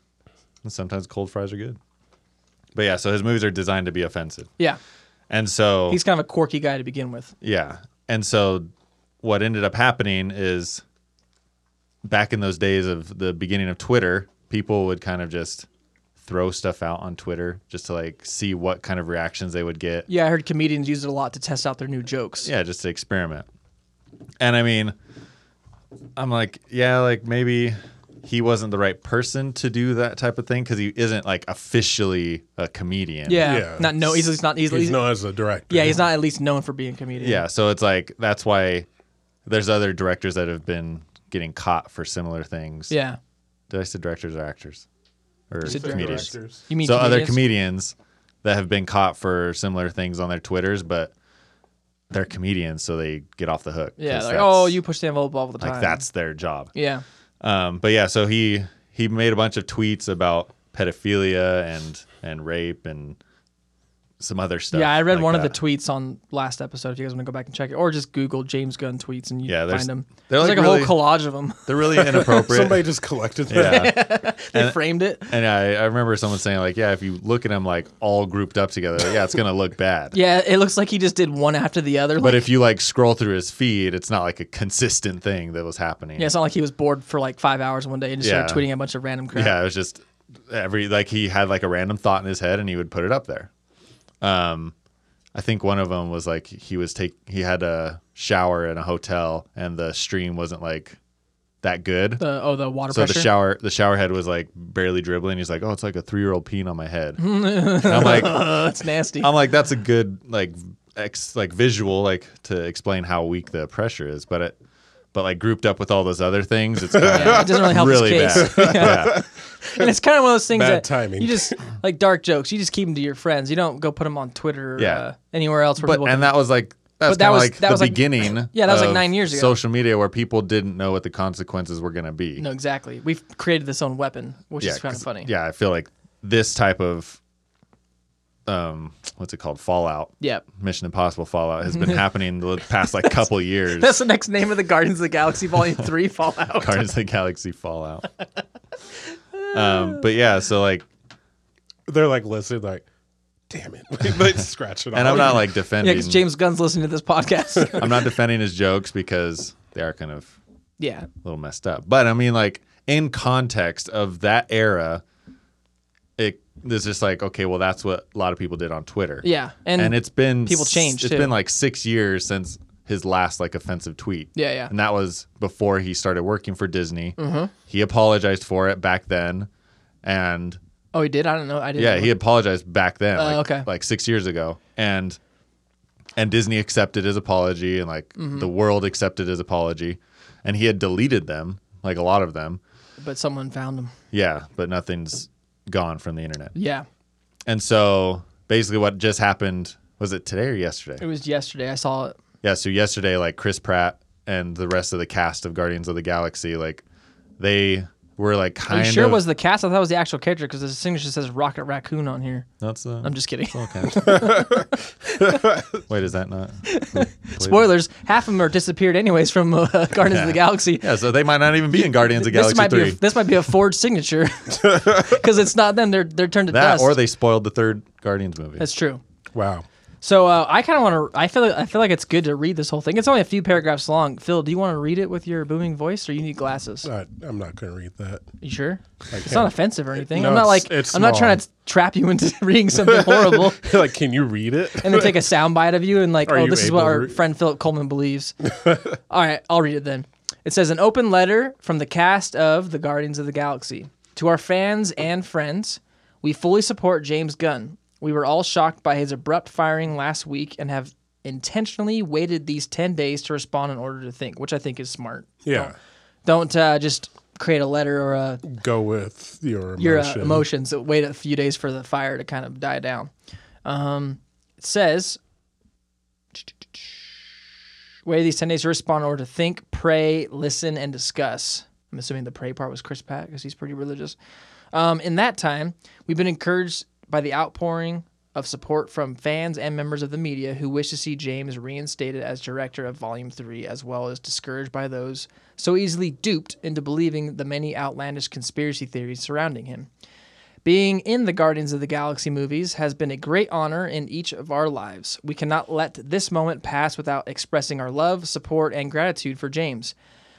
S1: And sometimes cold fries are good. But yeah, so his movies are designed to be offensive.
S2: Yeah,
S1: And so
S2: he's kind of a quirky guy to begin with.
S1: yeah. And so what ended up happening is back in those days of the beginning of Twitter, people would kind of just throw stuff out on Twitter just to like see what kind of reactions they would get.
S2: Yeah, I heard comedians use it a lot to test out their new jokes.
S1: Yeah, just to experiment. And I mean, I'm like, yeah, like maybe he wasn't the right person to do that type of thing because he isn't like officially a comedian.
S2: yeah.
S3: Yeah.
S2: Not no, he's, he's not he's,
S3: He's known as a director.
S2: yeah, he's not at least known for being a comedian.
S1: Yeah. So it's like, that's why there's other directors that have been getting caught for similar things.
S2: yeah.
S1: Did I say directors or actors? Or
S2: said
S1: comedians?
S3: Directors.
S2: You mean
S1: so other
S2: comedians?
S1: comedians that have been caught for similar things on their Twitters, but they're comedians, so they get off the hook.
S2: Yeah,
S1: 'cause
S2: like
S1: that's-
S2: oh, you push the envelope all the time.
S1: like that's their job.
S2: yeah.
S1: Um, but yeah, so he he made a bunch of tweets about pedophilia and and rape and some other stuff.
S2: Yeah, I read
S1: like
S2: one of
S1: that.
S2: the tweets on last episode. If you guys want to go back and check it, or just Google James Gunn tweets and you
S1: Yeah, there's-
S2: find them.
S1: they're,
S2: There's
S1: like,
S2: like, a
S1: really-
S2: whole collage of them.
S1: They're really inappropriate.
S3: Somebody just collected that.
S1: yeah.
S2: <laughs> they
S1: And-
S2: framed it.
S1: And I, I remember someone saying like, yeah, if you look at them like all grouped up together, like, yeah, it's gonna look bad.
S2: <laughs> Yeah, it looks like he just did one after the other.
S1: But
S2: like-
S1: if you like scroll through his feed, it's not like a consistent thing that was happening.
S2: yeah, it's not like he was bored for like five hours one day and just
S1: Yeah.
S2: started tweeting a bunch of random crap.
S1: yeah, it was just every like he had like a random thought in his head and he would put it up there. Um, I think one of them was like he was take he had a shower in a hotel and the stream wasn't like that good.
S2: The oh, the water
S1: so
S2: pressure.
S1: the
S2: <laughs>
S1: shower the shower head was like barely dribbling. He's like, oh, it's like a three year old peeing on my
S2: <laughs>
S1: head. And I'm like,
S2: Uh, it's nasty.
S1: I'm like, that's a good like ex like visual like to explain how weak the pressure is, but it but like grouped up with all those other things, it's kinda
S2: Yeah, <laughs> it doesn't really <laughs> help his
S1: really
S2: case.
S1: bad. yeah.
S2: <laughs> and it's kind of one of those things
S3: Bad
S2: that
S3: timing.
S2: you just like dark jokes. You just keep them to your friends. You don't go put them on Twitter or
S1: Yeah.
S2: uh, anywhere else where
S1: but
S2: people.
S1: and
S2: can-
S1: that was like that was,
S2: But that
S1: kinda
S2: was-
S1: like
S2: that
S1: the
S2: was, like-
S1: beginning.
S2: <laughs> Yeah, that was, like,
S1: of
S2: nine years ago.
S1: Social media where people didn't know what the consequences were going to be.
S2: no, exactly. We've created this own weapon, which
S1: yeah,
S2: is kind of
S1: 'cause-
S2: funny.
S1: Yeah, I feel like this type of um, what's it called? Fallout.
S2: Yep.
S1: Mission Impossible Fallout has been
S2: <laughs>
S1: happening the past like couple years.
S2: That's the next name of the Guardians of the Galaxy Volume Three
S1: <laughs>
S2: Fallout.
S1: Guardians of the Galaxy Fallout.
S2: <laughs>
S1: um, but yeah, so like,
S3: <laughs> They're like listening, like, damn it. <laughs> but scratch it off.
S1: and I'm not like
S2: Oh, Yeah,
S1: defending.
S2: because James Gunn's listening to this <laughs> podcast.
S1: I'm not defending his jokes because they are kind of
S2: yeah,
S1: a little messed up. But I mean, like in context of that era, it there's just like okay, well, that's what a lot of people did on Twitter.
S2: yeah, and,
S1: and, it's been
S2: people
S1: s-
S2: change,
S1: It's
S2: too.
S1: been like six years since his last like offensive tweet.
S2: Yeah, yeah. Mm-hmm.
S1: And that was before he started working for Disney. He apologized for it back then, and
S2: oh, he did. I don't know. I didn't.
S1: yeah,
S2: know.
S1: he apologized back then.
S2: Oh,
S1: like,
S2: okay.
S1: Like six years ago, and and Disney accepted his apology, and like
S2: Mm-hmm.
S1: the world accepted his apology, and he had deleted them, like a lot of them.
S2: but someone found him.
S1: Yeah, but nothing's gone from the internet.
S2: Yeah,
S1: And so basically, what just happened was it today or
S2: it
S1: yesterday?
S2: was yesterday. I saw it.
S1: Yeah. So yesterday, like Chris Pratt and the rest of the cast of Guardians of the Galaxy, like they were like
S2: Are
S1: kind
S2: you sure
S1: of
S2: it was the cast? I thought it was the actual character because the signature says Rocket Raccoon on here.
S1: that's <laughs> the
S2: I'm just kidding. <laughs>
S1: okay. Wait, is that not
S2: Spoilers: half of them are disappeared anyways from uh, <laughs> Guardians of
S1: Yeah.
S2: the Galaxy.
S1: Yeah, so they might not even be in Guardians of
S2: This
S1: Galaxy
S2: might be
S1: Three.
S2: a, this might be a forged
S1: <laughs>
S2: signature <laughs> because it's not them. They're they're turned to
S1: that
S2: dust.
S1: or they spoiled the third Guardians movie.
S2: That's true.
S3: wow.
S2: So uh, I kind of want to. I feel. I feel like it's good to read this whole thing. It's only a few paragraphs long. Phil, do you want to read it with your booming voice, or you need glasses?
S3: I, I'm not going to read that. <laughs>
S2: You sure? It's
S3: can't-
S2: not offensive or anything.
S3: no,
S2: I'm not
S3: it's-
S2: like.
S3: it's
S2: I'm not trying
S3: small.
S2: to trap you into <laughs> reading something
S3: <laughs>
S2: horrible.
S3: like, can you read it?
S2: and then take a
S3: <laughs>
S2: soundbite of you and like,
S3: Are
S2: oh,
S3: you
S2: this is what
S3: able to
S2: our
S3: re-
S2: friend Philip Coleman
S3: <laughs>
S2: believes. All right, I'll read it then. It says an open letter from the cast of The Guardians of the Galaxy to our fans and friends. We fully support James Gunn. We were all shocked by his abrupt firing last week and have intentionally waited these 10 days to respond in order to think, which I think is smart.
S3: yeah.
S2: Don't uh, just create a letter or a
S3: Go with your emotion.
S2: your uh, emotions. Wait a few days for the fire to kind of die down. Um, it says, wait these 10 days to respond or to think, pray, listen, and discuss. I'm assuming the pray part was Chris Pat because he's pretty religious. Um, in that time, we've been encouraged by the outpouring of support from fans and members of the media who wish to see James reinstated as director of Volume 3, as well as discouraged by those so easily duped into believing the many outlandish conspiracy theories surrounding him. Being in the Guardians of the Galaxy movies has been a great honor in each of our lives. We cannot let this moment pass without expressing our love, support, and gratitude for James.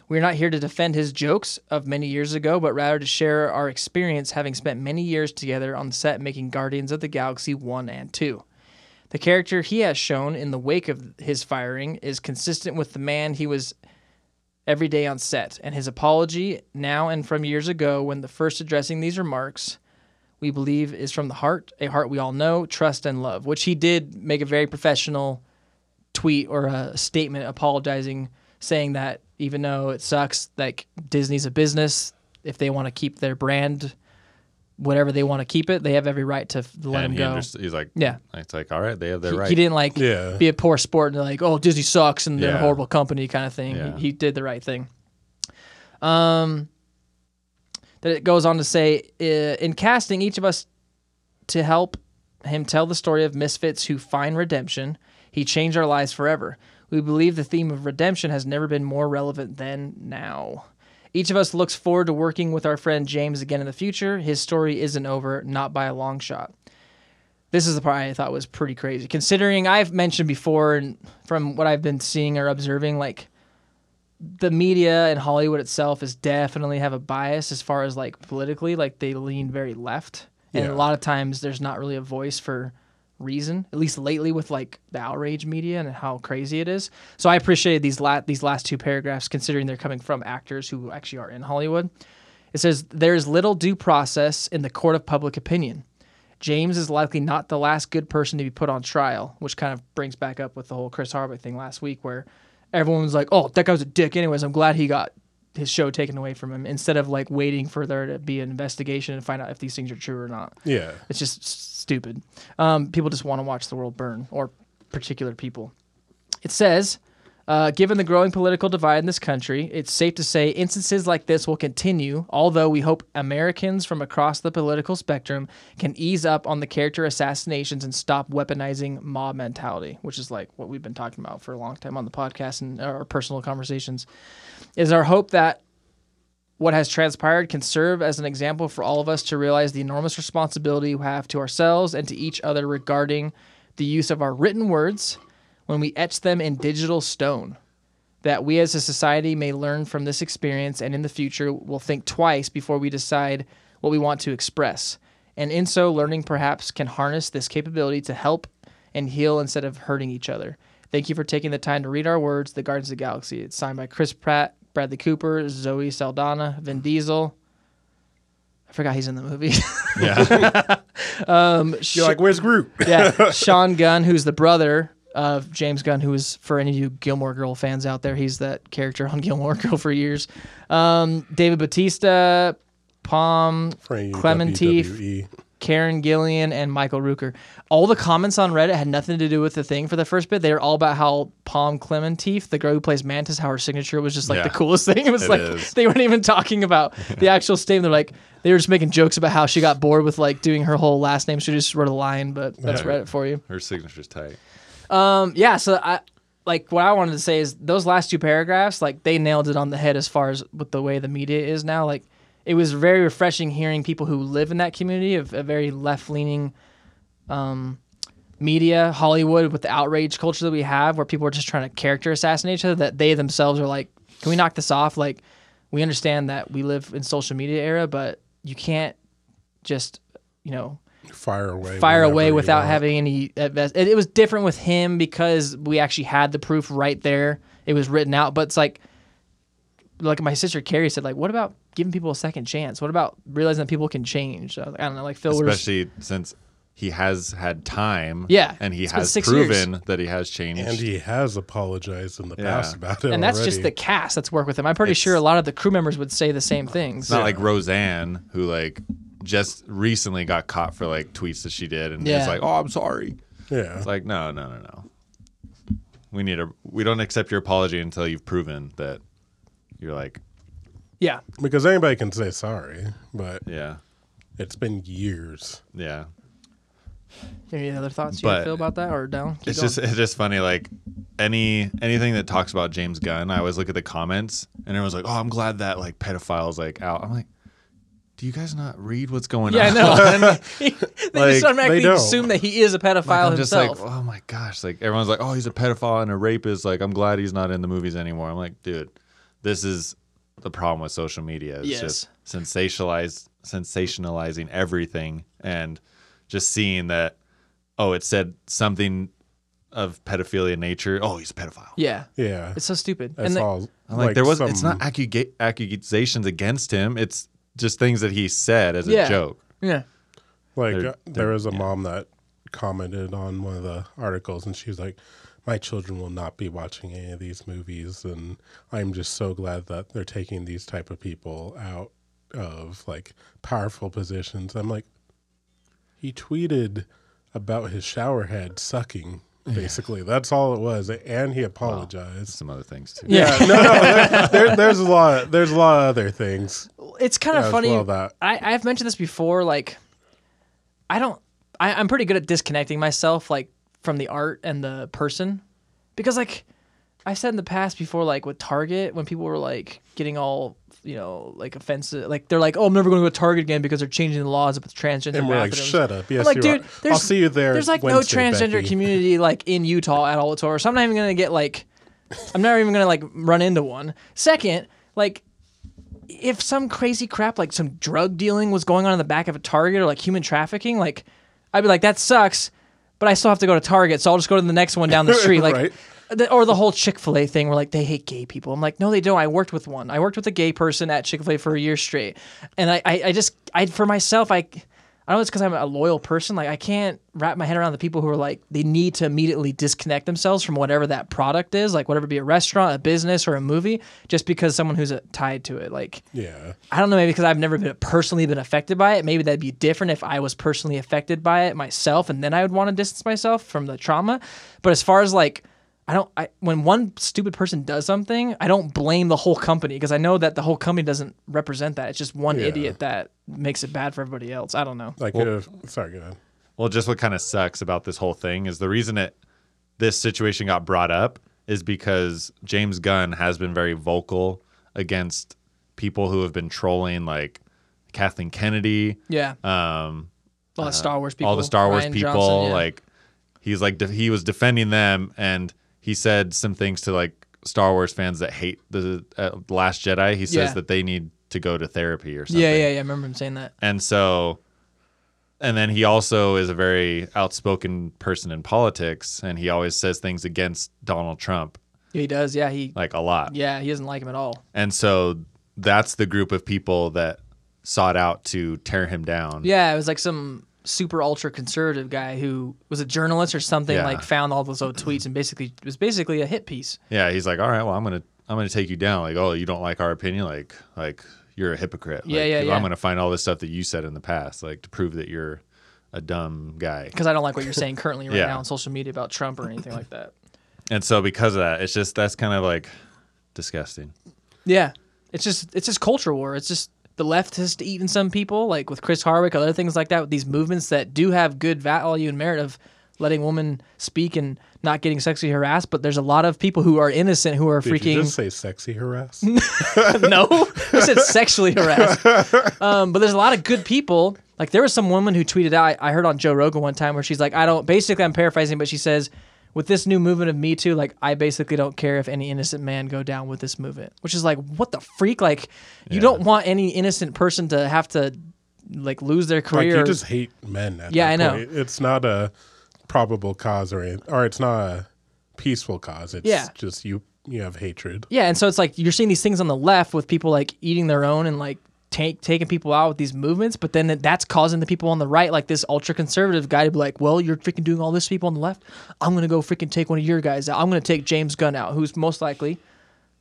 S2: We are not here to defend his jokes of many years ago, but rather to share our experience having spent many years together on the set making Guardians of the Galaxy 1 and 2. The character he has shown in the wake of his firing is consistent with the man he was every day on set, and his apology now and from years ago when the first addressing these remarks we believe is from the heart, a heart we all know, trust and love, which he did make a very professional tweet or a statement apologizing, saying that even though it sucks, like Disney's a business, if they want to keep their brand, whatever they want to keep it, they have every right to f-
S1: and
S2: let him
S1: he
S2: go.
S1: understood, he's like,
S2: Yeah.
S1: It's like, all right, they have their
S2: He-
S1: right.
S2: He didn't like
S3: Yeah.
S2: be a poor sport and like, oh, Disney sucks and they're a
S1: Yeah.
S2: horrible company kind of thing.
S1: Yeah.
S2: He, he did the right thing. Um, that it goes on to say, uh, in casting, each of us to help him tell the story of misfits who find redemption. He changed our lives forever. We believe the theme of redemption has never been more relevant than now. Each of us looks forward to working with our friend James again in the future. His story isn't over, not by a long shot. This is the part I thought was pretty crazy, considering I've mentioned before, and from what I've been seeing or observing, like the media and Hollywood itself is definitely have a bias as far as like politically, like they lean very left, and
S3: Yeah.
S2: a lot of times there's not really a voice for reason. At least lately with like the outrage media and how crazy it is. So I appreciated these la- these last two paragraphs, considering they're coming from actors who actually are in Hollywood. It says there is little due process in the court of public opinion. James is likely not the last good person to be put on trial, which kind of brings back up with the whole Chris Harvick thing last week, where everyone was like, "Oh, that guy was a dick." Anyways, I'm glad he got his show taken away from him instead of like waiting for there to be an investigation and find out if these things are true or not.
S3: Yeah.
S2: It's just s- stupid. Um, people just want to watch the world burn, or particular people. It says, uh, given the growing political divide in this country, it's safe to say instances like this will continue, although we hope Americans from across the political spectrum can ease up on the character assassinations and stop weaponizing mob mentality, which is like what we've been talking about for a long time on the podcast and our personal conversations. It is our hope that what has transpired can serve as an example for all of us to realize the enormous responsibility we have to ourselves and to each other regarding the use of our written words when we etch them in digital stone. That we as a society may learn from this experience and in the future will think twice before we decide what we want to express. And in so, learning perhaps can harness this capability to help and heal instead of hurting each other. Thank you for taking the time to read our words, The Guardians of the Galaxy. It's signed by Chris Pratt, Bradley Cooper, Zoe Saldana, Vin Diesel. I forgot he's in the movie. Um,
S1: yeah.
S2: <laughs>
S3: You're like, where's Groot?
S1: <laughs>
S2: yeah, Sean Gunn, who's the brother of James Gunn, who is for any of you Gilmore Girl fans out there, he's that character on <laughs> Gilmore Girl for years. Um, David Batista, Palm,
S3: Frank,
S2: Clemente,
S3: WWE.
S2: Karen Gillian, and Michael Rooker. All the comments on Reddit had nothing to do with the thing for the first bit. They were all about how Palm Clementeef, the girl who plays Mantis, how her signature was just like
S1: Yeah.
S2: the coolest thing. <laughs> It was
S1: It
S2: like
S1: is.
S2: they weren't even
S1: <laughs>
S2: talking about the actual statement. They're like they were just making jokes about how she got bored with like doing her whole last name. She just wrote a line, but that's
S1: Yeah.
S2: Reddit for you.
S1: Her signature's tight.
S2: Um, yeah, so I like what I wanted to say is those last two paragraphs, like they nailed it on the head as far as with the way the media is now. Like it was very refreshing hearing people who live in that community of a very left leaning um media, Hollywood, with the outrage culture that we have, where people are just trying to character assassinate each other, that they themselves are like, can we knock this off? Like, we understand that we live in social media era, but you can't just, you know,
S3: E, Fire away.
S2: fire
S3: whenever
S2: away
S3: you
S2: without
S3: want.
S2: having any. uh, ves- It, it was different with him because we actually had the proof right there. It was written out, but it's like, like my sister Carrie said, like, what about giving people a second chance? What about realizing that people can change? So, I don't know, like Phil. Wooder's-
S1: especially since he has had time.
S2: Yeah,
S1: and he
S2: it's been
S1: has
S2: six
S1: proven that he has changed.
S3: And he has apologized in the
S1: Yeah.
S3: past about it.
S2: and that's just the
S3: already.
S2: cast that's worked with him. I'm pretty
S1: It's-
S2: sure a lot of the crew members would say the same things.
S1: It's not like Roseanne, who like just recently got caught for like tweets that she did, and
S2: Yeah.
S1: is like, "Oh, I'm sorry."
S3: yeah.
S1: It's like, no, no, no, no. We need a. We don't accept your apology until you've proven that you're like,
S2: yeah,
S3: Because anybody can say sorry, but
S1: yeah,
S3: it's been years.
S1: yeah.
S2: any other thoughts you
S1: But-
S2: feel about that or no? Keep
S1: it's
S2: going.
S1: just it's just funny like any anything that talks about James Gunn I always look at the comments and everyone's like oh I'm glad that like pedophiles like out I'm like do you guys not read what's going
S2: yeah, I
S1: on <laughs>
S2: know. <laughs> they
S1: Like,
S2: just
S1: they
S2: automatically
S3: don't.
S2: assume that he is a pedophile
S1: I'm just
S2: himself.
S1: like oh my gosh like everyone's like oh he's a pedophile and a rapist like I'm glad he's not in the movies anymore I'm like dude this is the problem with social media it's
S2: Yes.
S1: just sensationalized sensationalizing everything and just seeing that oh it said something of pedophilia nature oh he's a pedophile
S2: yeah,
S3: Yeah.
S2: it's so stupid.
S3: That's
S2: and the-
S3: all.
S1: I'm like, there was it's
S3: some-
S1: not accuga- accusations against him it's just things that he said as
S2: Yeah.
S1: a joke
S2: yeah,
S3: Like
S1: They're-
S3: uh, there was a mom that commented on one of the articles, and she was like, "My children will not be watching any of these movies, and I'm just so glad that they're taking these type of people out of like powerful positions." I'm like, he tweeted about his shower head sucking. Basically, that's all it was, and he apologized.
S1: some other things too
S2: yeah.
S3: Yeah, no, no, there, there- there's a lot. There's a lot of other things.
S2: it's kind of
S3: as
S2: funny.
S3: well that-
S2: I, I've mentioned this before. Like, I don't. I, I'm pretty good at disconnecting myself, like from the art and the person, because like I said in the past before, like with Target, when people were like getting all you know like offensive, like they're like, oh, I'm never going to go to Target again because they're changing the laws about transgender.
S3: And we're like,
S2: bathrooms."
S3: "Shut up!" Yes,
S2: I'm like,
S3: you are.
S2: dude, there's,
S3: I'll see you there.
S2: There's like
S3: Wednesday,
S2: no transgender
S3: Becky."
S2: community like in Utah at all whatsoever. So I'm not even gonna get like, I'm not even gonna like run into one. Second, like, if some crazy crap like some drug dealing was going on in the back of a Target or like human trafficking, like, I'd be like, that sucks. But I still have to go to Target, so I'll just go to the next one down the street. Like,
S3: Right.
S2: the, or the whole Chick Fil A thing, where like they hate gay people. I'm like, no, they don't. I worked with one. I worked with a gay person at Chick Fil A for a year straight, and I, I, I just, I for myself, I, I don't know, it's because I'm a loyal person. Like I can't wrap my head around the people who are like they need to immediately disconnect themselves from whatever that product is, like whatever it be a restaurant, a business, or a movie, just because someone who's uh, tied to it, like.
S3: Yeah.
S2: I don't know, maybe because I've never been personally been affected by it. Maybe that'd be different if I was personally affected by it myself, and then I would want to distance myself from the trauma. But as far as like, I don't. I, when one stupid person does something, I don't blame the whole company because I know that the whole company doesn't represent that. It's just one
S3: Yeah.
S2: idiot that makes it bad for everybody else. I don't know.
S3: Like, if, sorry, go ahead.
S1: well just what kind of sucks about this whole thing is the reason it this situation got brought up is because James Gunn has been very vocal against people who have been trolling like Kathleen Kennedy
S2: Yeah,
S1: um
S2: all the Star Wars people,
S1: all the Star Wars
S2: Rian
S1: people.
S2: Johnson, yeah.
S1: Like he's like de- he was defending them, and he said some things to like Star Wars fans that hate the uh, Last Jedi. He says
S2: Yeah.
S1: that they need to go to therapy or something.
S2: yeah, yeah, yeah. I remember him saying that.
S1: And so, and then he also is a very outspoken person in politics, and he always says things against Donald Trump
S2: Yeah, he does. Yeah, he.
S1: like a lot.
S2: Yeah, he doesn't like him at all.
S1: And so that's the group of people that sought out to tear him down.
S2: Yeah, it was like some super ultra conservative guy who was a journalist or something.
S1: Yeah.
S2: Like found all those old tweets and basically it was basically a hit piece.
S1: Yeah, he's like, all right, well, I'm gonna I'm gonna take you down. Like, oh, you don't like our opinion? Like, like you're a hypocrite.
S2: Yeah,
S1: Like,
S2: yeah, yeah.
S1: I'm gonna find all this stuff that you said in the past, like to prove that you're a dumb guy.
S2: Because I don't like what you're saying currently right
S1: Yeah.
S2: now on social media about Trump or anything like that.
S1: And so because of that, it's just that's kind of like disgusting.
S2: Yeah, it's just it's just culture war. It's just the left has eaten some people, like with Chris Harwick, other things like that. With these movements that do have good value and merit of letting women speak and not getting sexually harassed, but there's a lot of people who are innocent who are
S3: Did
S2: freaking.
S3: you just say sexy
S2: <laughs>
S3: harass?
S2: no, I said sexually harassed. Um, but there's a lot of good people. Like there was some woman who tweeted out. I, I heard on Joe Rogan one time where she's like, I don't. Basically, I'm paraphrasing, but she says, with this new movement of Me Too, like I basically don't care if any innocent man go down with this movement, which is like, what the freak? Like, you don't want any innocent person to have to like lose their
S3: Like
S2: career.
S3: you just hate men. At
S2: Yeah,
S3: that
S2: I know.
S3: point. It's not a probable cause or anything, or it's not a peaceful cause. It's
S2: Yeah.
S3: just you you have hatred.
S2: Yeah, and so it's like you're seeing these things on the left with people like eating their own and like take, taking people out with these movements, but then that's causing the people on the right, like this ultra conservative guy, to be like, "Well, you're freaking doing all this to people on the left. I'm gonna go freaking take one of your guys out. I'm gonna take James Gunn out, who's most likely."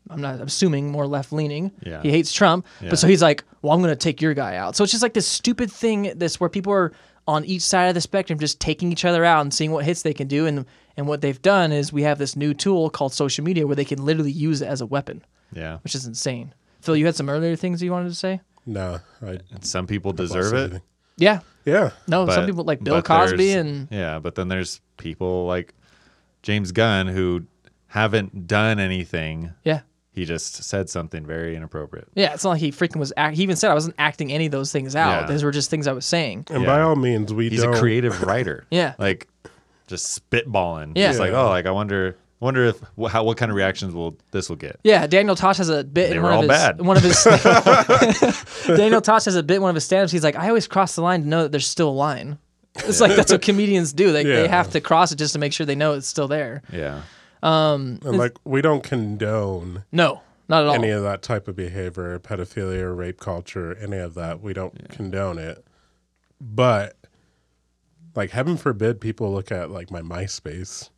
S2: I'm not assuming more left leaning.
S1: Yeah.
S2: He hates Trump.
S1: Yeah.
S2: But so he's like, well, I'm going to take your guy out. So it's just like this stupid thing this where people are on each side of the spectrum just taking each other out and seeing what hits they can do. And, and what they've done is we have this new tool called social media where they can literally use it as a weapon,
S1: Yeah.
S2: which is insane. Phil, you had some earlier things you wanted to say?
S3: No, I
S1: And some people deserve it.
S2: Yeah.
S3: Yeah,
S2: No, some
S1: but-
S2: people like Bill
S1: but there's-
S2: Cosby and
S1: yeah, but then there's people like James Gunn who haven't done anything.
S2: yeah.
S1: He just said something very inappropriate.
S2: Yeah, it's not like he freaking was. Act- he even said I wasn't acting any of those things out.
S1: Yeah.
S2: Those were just things I was saying.
S3: and
S1: Yeah.
S3: by all means, we
S1: He's
S3: don't.
S1: a <laughs> creative writer.
S2: Yeah.
S1: like just spitballing.
S2: Yeah.
S1: Yeah, like
S3: Yeah.
S1: oh, like I wonder, wonder if wh- how what kind of reactions will this will get.
S2: Yeah, Daniel Tosh has a bit
S1: They
S2: in
S1: were
S2: one of
S1: all
S2: his
S1: bad.
S2: one of
S1: <laughs>
S2: his <laughs> Daniel Tosh has a bit in one of his stand-ups. He's like, I always cross the line to know that there's still a line. <laughs> It's like that's what comedians do. They they
S3: Yeah.
S2: have to cross it just to make sure they know it's still there.
S1: Yeah,
S3: and like we don't condone
S2: No, not at all.
S3: any of that type of behavior, pedophilia, rape culture, any of that. We don't condone it. But like heaven forbid people look at like my MySpace,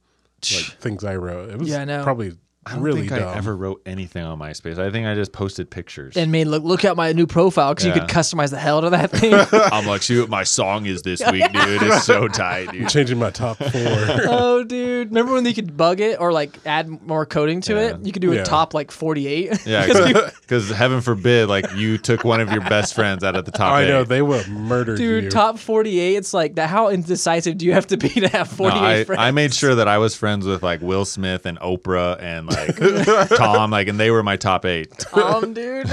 S2: <sighs>
S3: like things I wrote. It was
S2: Yeah, I know.
S3: probably
S1: I don't
S3: really
S1: think
S3: dumb.
S1: I ever wrote anything on MySpace. I think I just posted pictures.
S2: and made look look at my new profile because you could
S1: Yeah.
S2: customize the hell out of that
S1: <laughs>
S2: thing. <laughs>
S1: I'm like, see what my song is this week, <laughs> dude. It's so tight, dude.
S3: Changing my
S1: <laughs>
S3: top four.
S2: oh, dude! Remember when you could bug it or like add more coding to it? You could do
S3: Yeah.
S2: a top like
S1: <laughs>
S2: forty-eight.
S1: Yeah, because heaven forbid, like you took one of your best friends out at the top.
S3: I know
S1: eight.
S3: they will murder
S2: Dude,
S3: you.
S2: top forty-eight. It's like that. How indecisive do you have to be to have
S1: No,
S2: forty-eight
S1: I,
S2: friends?
S1: I made sure that I was friends with like Will Smith and Oprah and like Tom, like, and they were my top eight. <laughs>
S2: Tom, Um, dude.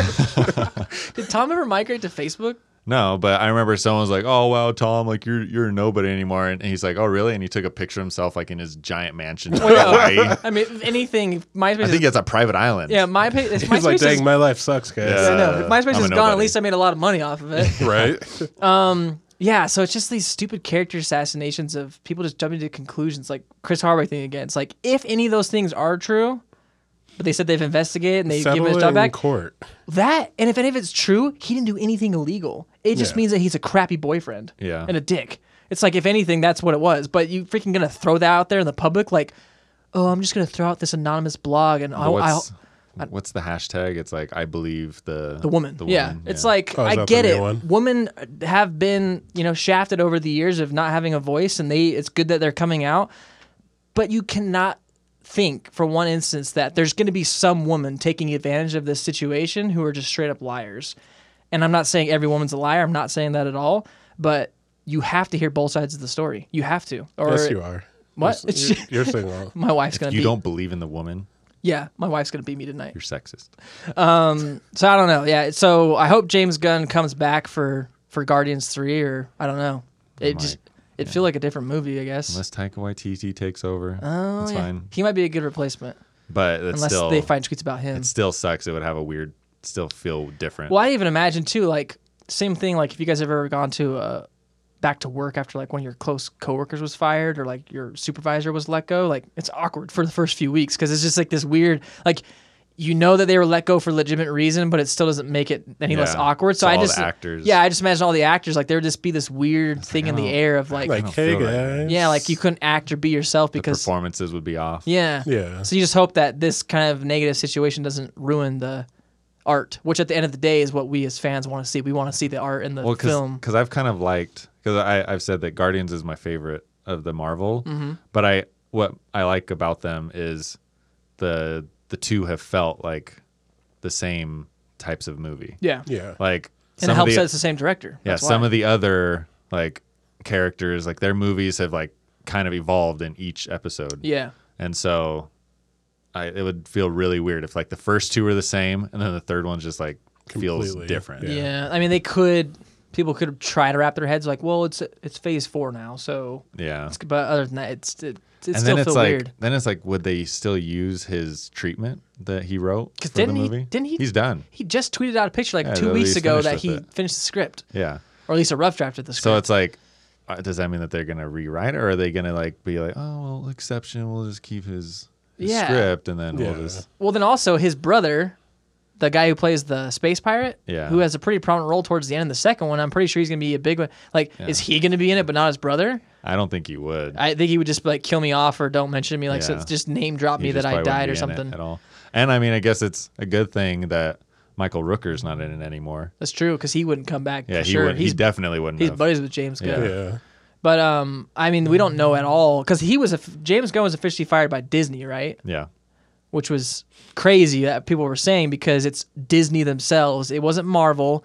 S2: <laughs> Did Tom ever migrate to Facebook?
S1: No, but I remember someone was like, "Oh wow, Tom, like you're you're nobody anymore," and he's like, "Oh really?" And he took a picture of himself like in his giant mansion
S2: <laughs>
S1: in Hawaii.
S2: I mean, if anything, MySpace.
S1: I think
S2: is,
S1: it's a private island.
S2: yeah,
S1: <laughs>
S2: my pa- if MySpace
S3: He's like,
S2: is.
S3: dang, my life sucks, guys.
S1: Yeah.
S2: I know. If
S1: uh, I'm
S2: MySpace
S1: a
S2: is gone. At
S1: nobody.
S2: least I made a lot of money off
S1: <laughs>
S2: of it.
S3: <laughs> Right?
S2: yeah, so it's just these stupid character assassinations of people just jumping to conclusions, like Chris Hardwick thing again. It's like if any of those things are true, but they said they've investigated and they've
S3: Settle
S2: given his
S3: it
S2: job
S3: in
S2: back.
S3: court.
S2: That and if any of it's true, he didn't do anything illegal. It just
S3: Yeah.
S2: means that he's a crappy boyfriend.
S1: Yeah.
S2: And a dick. It's like if anything, that's what it was. But you freaking gonna throw that out there in the public, like, oh, I'm just gonna throw out this anonymous blog and I'll, I'll
S1: What's, what's the hashtag? It's like I believe the
S2: the woman. yeah. It's like
S3: Oh, is
S2: I
S3: that
S2: get
S3: the new
S2: it.
S3: one?
S2: Women have been, you know, shafted over the years of not having a voice and they it's good that they're coming out. But you cannot think for one instance that there's going to be some woman taking advantage of this situation who are just straight up liars. And I'm not saying every woman's a liar. I'm not saying that at all, but you have to hear both sides of the story. You have to. Or
S3: Yes, you are.
S2: What? <laughs>
S3: You're, you're, you're single.
S2: my wife's going to
S1: you
S2: beat.
S1: don't believe in the woman,
S2: Yeah, my wife's going to beat me tonight.
S1: you're sexist.
S2: So I don't know. Yeah. So I hope James Gunn comes back for for Guardians three or I don't know. It
S1: Might,
S2: just it would feel like a different movie, I guess.
S1: Unless Taika Waititi takes over,
S2: Oh,
S1: that's
S2: yeah.
S1: fine.
S2: He might be a good replacement
S1: But it's
S2: unless
S1: still
S2: they find tweets about him.
S1: it still sucks. It would have a weird, still feel different.
S2: Well, I even imagine too, like same thing. Like if you guys have ever gone to uh, back to work after like one of your close coworkers was fired or like your supervisor was let go, like it's awkward for the first few weeks because it's just like this weird, like you know that they were let go for legitimate reason, but it still doesn't make it any less
S1: Yeah.
S2: awkward. So
S1: So
S2: I
S1: all the
S2: just
S1: actors-
S2: yeah, I just imagine all the actors like there would just be this weird thing in the
S1: don't-
S2: air of like,
S3: Like,
S1: don't
S3: hey,
S1: feel right.
S3: guys.
S2: yeah, like you couldn't act or be yourself
S1: the
S2: because
S1: performances would be off.
S2: yeah.
S3: Yeah.
S2: So you just hope that this kind of negative situation doesn't ruin the art, which at the end of the day is what we as fans want to see. We want to see the art in the
S1: well, cause,
S2: film.
S1: 'cause I've kind of liked because I I've said that Guardians is my favorite of the Marvel,
S2: Mm-hmm.
S1: but I what I like about them is the the two have felt like the same types of movie.
S2: Yeah.
S3: Yeah.
S1: Like
S2: And it
S1: of
S2: helps
S1: the-
S2: that it's the same director.
S1: yeah
S2: That's
S1: some
S2: why.
S1: of the other like characters like their movies have like kind of evolved in each episode.
S2: Yeah.
S1: And so I it would feel really weird if like the first two were the same and then the third one just like feels
S3: Completely,
S1: different.
S2: yeah. I mean, they could people could try to wrap their heads like, well, it's it's phase four now, so.
S1: Yeah.
S2: It's, but other than that, it's it, it
S1: And
S2: still
S1: then it's
S2: feels
S1: like,
S2: weird.
S1: then it's like, would they still use his treatment that he wrote for
S2: Because didn't
S1: the
S2: he?
S1: movie?
S2: Didn't he?
S1: He's done.
S2: He just tweeted out a picture like
S1: Yeah,
S2: two
S1: that
S2: weeks
S1: he's
S2: ago
S1: finished
S2: that
S1: with
S2: he
S1: it.
S2: finished the script,
S1: Yeah.
S2: or at least a rough draft of the script.
S1: So it's like, uh, does that mean that they're gonna rewrite it, or are they gonna like be like, oh well, exception, we'll just keep his, his
S2: Yeah.
S1: script, and then
S3: Yeah.
S1: we'll just
S2: well, then also his brother, the guy who plays the space pirate,
S1: Yeah.
S2: who has a pretty prominent role towards the end of the second one. I'm pretty sure he's gonna be a big one. Like, is he gonna be in it, but not his brother?
S1: I don't think he would.
S2: I think he would just like kill me off or don't mention me, like so
S1: Yeah.
S2: just name drop
S1: He
S2: me that
S1: just
S2: I
S1: probably wouldn't
S2: died
S1: be
S2: or
S1: in it
S2: something.
S1: at all. And I mean, I guess it's a good thing that Michael Rooker's not in it anymore.
S2: That's true because he wouldn't come back.
S1: Yeah,
S2: for
S1: he
S2: sure.
S1: would. He
S2: he's
S1: definitely wouldn't.
S2: he's
S1: have.
S2: buddies with James Gunn.
S1: Yeah. <laughs>
S3: Yeah.
S2: But um, I mean, we don't know at all because he was a, James Gunn was officially fired by Disney, right?
S1: yeah,
S2: Which was crazy that people were saying because it's Disney themselves. It wasn't Marvel.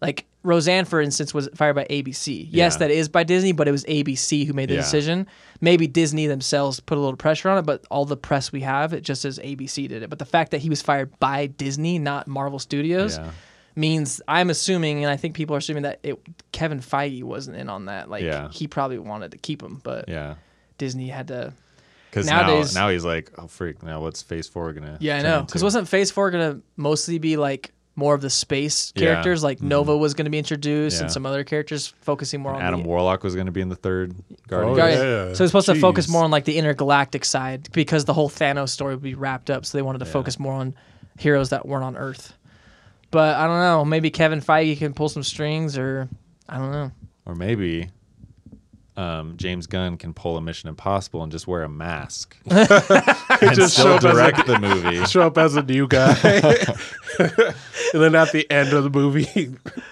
S2: Like Roseanne, for instance, was fired by ABC. Yes,
S1: Yeah.
S2: that is by Disney, but it was ABC who made the
S1: Yeah.
S2: decision. Maybe Disney themselves put a little pressure on it, but all the press we have, it just says ABC did it. But the fact that he was fired by Disney, not Marvel Studios.
S1: Yeah.
S2: Means I'm assuming, and I think people are assuming that it Kevin Feige wasn't in on that. Like
S1: Yeah.
S2: he probably wanted to keep him, but
S1: yeah.
S2: Disney had to.
S1: Because now,
S2: Nowadays-
S1: now he's like, oh freak! Now what's Phase Four gonna?
S2: Yeah, I
S1: turn
S2: know.
S1: into?
S2: Because wasn't Phase Four gonna mostly be like more of the space
S1: Yeah. Mm-hmm.
S2: characters? Like Nova was gonna be introduced,
S1: Yeah.
S2: and some other characters focusing more on
S1: Adam
S2: the,
S1: Warlock was gonna be in the third Guardian?
S3: Oh,
S2: Guardian.
S3: yeah.
S2: So it's supposed to focus
S3: Jeez.
S2: more on like the intergalactic side because the whole Thanos story would be wrapped up. So they wanted to focus more on heroes that weren't on Earth. But I don't know. Maybe Kevin Feige can pull some strings, or I don't know.
S1: Or maybe um, James Gunn can pull a Mission Impossible and just wear a
S3: <laughs>
S1: mask and
S3: just
S1: still
S3: shows us <laughs>
S1: direct the movie.
S3: show up as a
S1: <laughs>
S3: new guy, and then at the end of the movie, he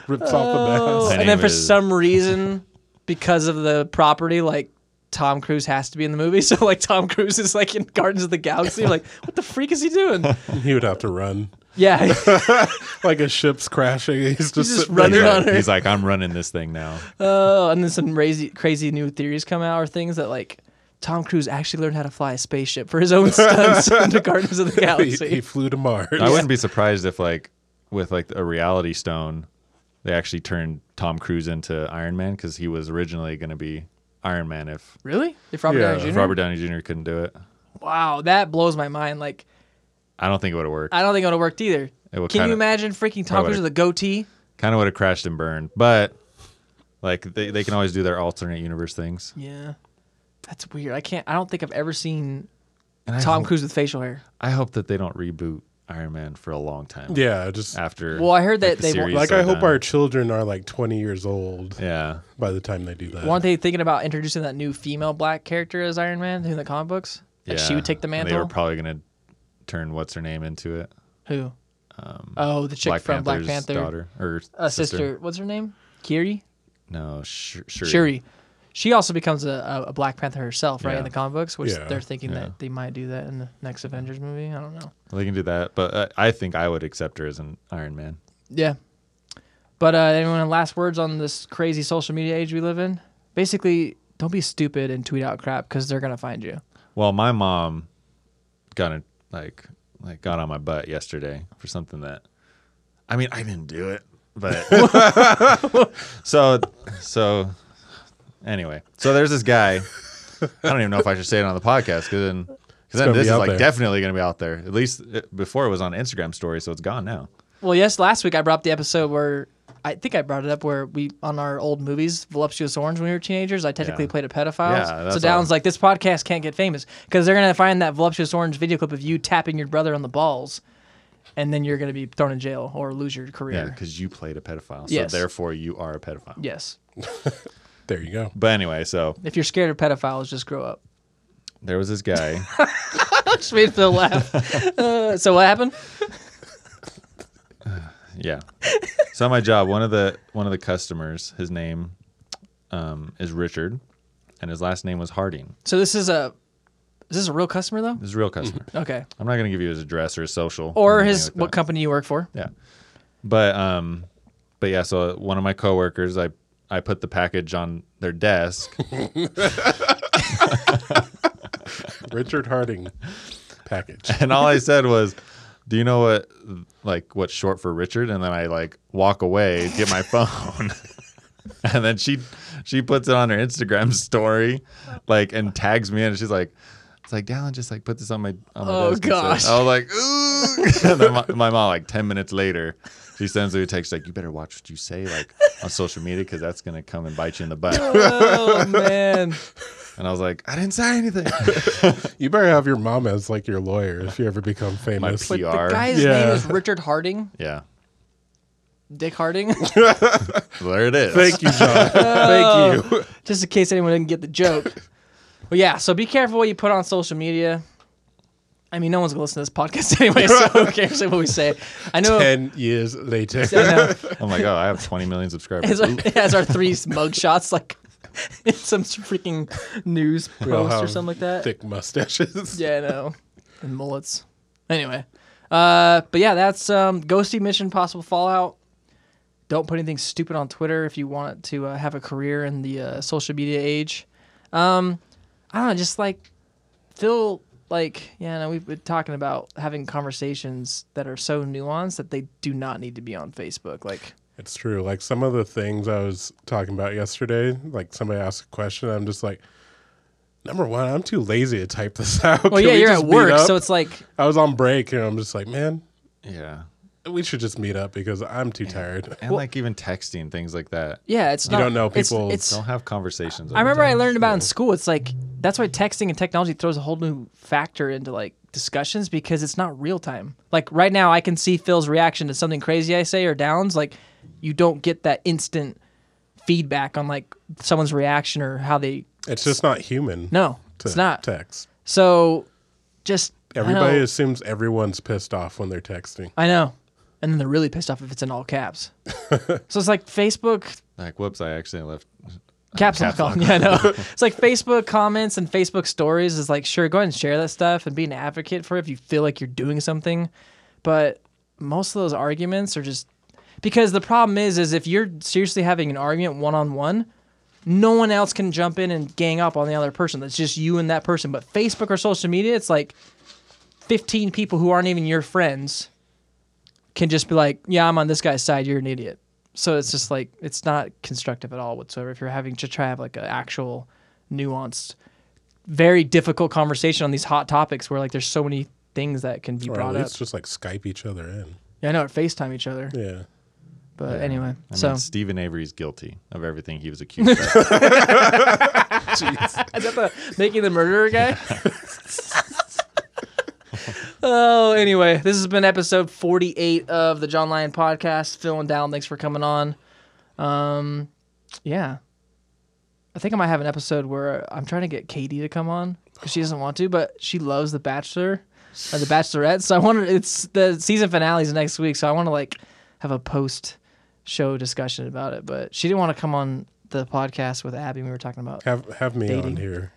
S3: rips off the mask.
S2: and then
S1: name
S2: for
S1: is-
S2: some reason, because of the property, like Tom Cruise has to be in the movie. <laughs> So like Tom Cruise is like in Gardens of the Galaxy. like, what the freak is he doing?
S3: He would have to run
S2: Yeah,
S1: <laughs>
S3: like a ship's crashing. He's just,
S2: just
S3: sitting
S2: running
S1: He's
S3: there.
S2: on
S1: like,
S2: her.
S1: he's like, I'm running this thing
S3: <laughs>
S1: now.
S2: Oh, and then some crazy, crazy new theories come out or things that like Tom Cruise actually learned how to fly a spaceship for
S1: <laughs>
S2: his own stunts in the Gardens of the
S3: <laughs> He,
S2: Galaxy.
S3: he flew to Mars.
S1: I wouldn't be surprised if like with like a reality stone, they actually turned Tom Cruise into Iron Man because he was originally going to be Iron Man if,
S2: really? If Robert
S3: Yeah.
S2: Downey
S1: if
S2: Jr.
S1: Robert Downey Jr. couldn't do it.
S2: wow, that blows my mind. Like,
S1: I don't think it would have worked.
S2: I don't think it would have worked either.
S1: It
S2: Can
S1: would
S2: you
S1: kinda-
S2: imagine freaking Tom
S1: probably
S2: Cruise with
S1: would've-
S2: a goatee?
S1: Kind of would have crashed and burned, but like they, they can always do their alternate universe things.
S2: Yeah, that's weird. I can't. I don't think I've ever seen
S1: And I
S2: Tom
S1: hope,
S2: Cruise with facial hair.
S1: I hope that they don't reboot Iron Man for a long time.
S3: Yeah, just
S1: After
S2: Well, I heard that
S1: like, the
S2: they wa-
S1: series
S3: like
S1: are
S3: I hope
S1: done.
S3: our children are like twenty years old
S1: yeah
S3: by the time they do that.
S2: Weren't they thinking about introducing that new female black character as Iron Man in the comic books? Like she
S1: yeah.
S2: would take the
S1: And
S2: mantle.
S1: They were probably gonna turn what's her name into it.
S2: Who? oh, the chick from Black Panther.
S1: um, daughter or
S2: Uh, sister. What's her name? Kiri.
S1: No, Sh- Shuri.
S2: Shuri. She also becomes a, a, a Black Panther herself, right?
S1: Yeah.
S2: In the comic books, which
S3: Yeah.
S2: they're thinking
S1: Yeah.
S2: that they might do that in the next Avengers movie. I don't know.
S1: They can do that, but uh, I think I would accept her as an Iron Man.
S2: Yeah. But uh, anyone last words on this crazy social media age we live in? Basically, don't be stupid and tweet out crap because they're gonna find you.
S1: Well, my mom got a, like like got on my butt yesterday for something that I mean I didn't do it,
S3: <laughs>
S1: but so so anyway, so there's this guy. I don't even know if I should say it on the podcast because then, 'cause then
S3: gonna
S1: this
S3: be
S1: is
S3: out
S1: like
S3: there.
S1: definitely going to be out there. At least it, before it was on Instagram story, so it's gone now.
S2: Well, yes, last week I brought up the episode where I think I brought it up where we on our old movies, Voluptuous Orange, when we were teenagers, I technically
S1: Yeah.
S2: played a pedophile.
S1: Yeah,
S2: so
S1: that's
S2: Down's
S1: all.
S2: like, this podcast can't get famous because they're gonna find that Voluptuous Orange video clip of you tapping your brother on the balls, and then you're gonna be thrown in jail or lose your
S1: Yeah,
S2: career.
S1: because you played a pedophile, so
S2: Yes.
S1: therefore you are a pedophile.
S2: Yes,
S3: There you go.
S1: But anyway, so
S2: if you're scared of pedophiles, just grow up. <laughs>
S1: there was this guy.
S2: Just made Phil
S1: <laughs>
S2: laugh. Uh, so what happened?
S1: Yeah. so at my job, one of the one of the customers, his name um, is Richard, and his last name was Harding.
S2: So this is a is this a real customer though?
S1: This is a real customer.
S2: Okay.
S1: I'm not gonna give you his address or his social
S2: Mm-hmm. Or
S1: anything
S2: his
S1: like
S2: what
S1: that.
S2: company you
S1: <laughs>
S2: work for?
S1: Yeah. But um, but yeah. So one of my coworkers, I I put the package on their desk.
S3: Richard Harding package.
S1: and all I said was, "Do you know what like what's short for Richard?" And then I like walk away, get my phone, <laughs> and then she she puts it on her Instagram story, like and tags me in, and she's like. It's like Dallin just like put this on my on my
S2: Oh,
S1: desk and
S2: gosh.
S1: said- I was like, ooh. <laughs> and then my, my mom like ten minutes later, she sends me a text like, you better watch what you say like on social media because that's gonna come and bite you in the
S2: <laughs>
S1: butt.
S2: Oh man.
S1: And I was like, I didn't say anything. <laughs>
S3: You better have your mom as like your lawyer if you ever become famous.
S1: P-
S2: The
S1: PR.
S2: guy's name
S3: Yeah.
S2: is Richard Harding.
S1: yeah,
S2: Dick Harding.
S1: there it is.
S3: Thank you,
S2: <laughs>
S3: John. <laughs> Thank you.
S2: just in case anyone didn't get the joke. but yeah, so be careful what you put on social media. I mean, no one's gonna listen to this podcast <laughs> anyway, so who cares what we say? I know.
S3: Ten years later.
S2: I
S3: <laughs>
S2: know.
S1: I'm like, <laughs> oh, I have 20 million subscribers.
S2: It has our, it has our three mug shots, like <laughs> in some freaking news
S3: They'll
S2: post or
S3: have
S2: something like that.
S3: Thick mustaches.
S2: Yeah, I
S3: <laughs>
S2: know. And mullets. Anyway. Uh, but yeah, that's um, Ghosty Mission Possible Fallout. Don't put anything stupid on Twitter if you want to uh, have a career in the uh, social media age. Um, I don't know, just like feel like, yeah, no, we've been talking about having conversations that are so nuanced that they do not need to be on Facebook. Like,
S3: It's true. Like some of the things I was talking about yesterday, like somebody asked a question, I'm just like, number one, I'm too lazy to type this out.
S2: well,
S3: Can
S2: yeah,
S3: we
S2: you're
S3: just
S2: at
S3: meet
S2: work,
S3: up?
S2: so it's like,
S3: I was on break and I'm just like, man,
S1: yeah.
S3: we should just meet up because I'm too tired.
S1: And like even texting things like that.
S2: yeah, it's
S3: You
S2: not.
S3: don't know
S2: it's-
S3: people
S2: It's,
S1: Don't have conversations.
S2: I remember I learned about in school. It's like that's why texting and technology throws a whole new factor into like discussions because it's not real time. Like right now, I can see Phil's reaction to something crazy I say or Downs. Like you don't get that instant feedback on like someone's reaction or how they.
S3: It's just not human.
S2: No,
S3: to
S2: it's not.
S3: text.
S2: So just I don't
S3: Everybody
S2: know.
S3: assumes everyone's pissed off when they're texting.
S2: I know, and then they're really pissed off if it's in all caps. so it's like Facebook
S1: Like, whoops, I accidentally left.
S2: Caps lock
S1: Caps
S2: on. <laughs> Yeah, I know. it's like Facebook comments and Facebook stories is like, sure, go ahead and share that stuff and be an advocate for it if you feel like you're doing something. But most of those arguments are just because the problem is, is if you're seriously having an argument one on one, no one else can jump in and gang up on the other person. That's just you and that person. But Facebook or social media, it's like 15 people who aren't even your friends can just be like, yeah, I'm on this guy's side. You're an idiot. So it's just like it's not constructive at all whatsoever. If you're having to try to have like an actual nuanced, very difficult conversation on these hot topics where like there's so many things that can be
S3: Or at
S2: brought up.
S3: least just like Skype each other in.
S2: Yeah, I know, or FaceTime each other.
S3: Yeah.
S2: But anyway,
S1: I
S2: so
S1: mean, Stephen Avery's guilty of everything he was accused of.
S2: is that the making the murderer guy? <laughs> oh, anyway, this has been episode 48 of the John Lyon podcast. Phil and Down, thanks for coming on. Um, yeah, I think I might have an episode where I'm trying to get Katie to come on because she doesn't want to, but she loves The Bachelor or The Bachelorette. So I want to. It's the season finale's next week, so I want to like have a post show discussion about it. But she didn't want to come on the podcast with Abby. when We were talking about
S3: Have have me
S2: Dating.
S3: on here.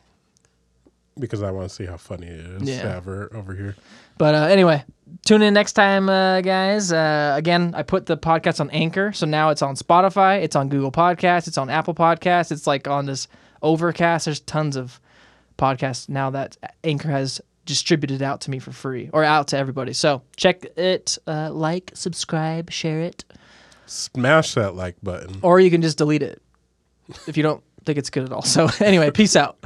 S3: Because I want to see how funny it is
S2: Yeah.
S3: to have her over here.
S2: But uh, anyway, tune in next time, uh, guys. Uh, again, I put the podcast on Anchor, so now it's on Spotify, it's on Google Podcasts, it's on Apple Podcasts, it's like on this Overcast. There's tons of podcasts now that Anchor has distributed out to me for free or out to everybody. So check it, uh, like, subscribe, share it,
S3: Smash that like button.
S2: or you can just delete it if you don't think it's good at all. So <laughs> anyway, peace out.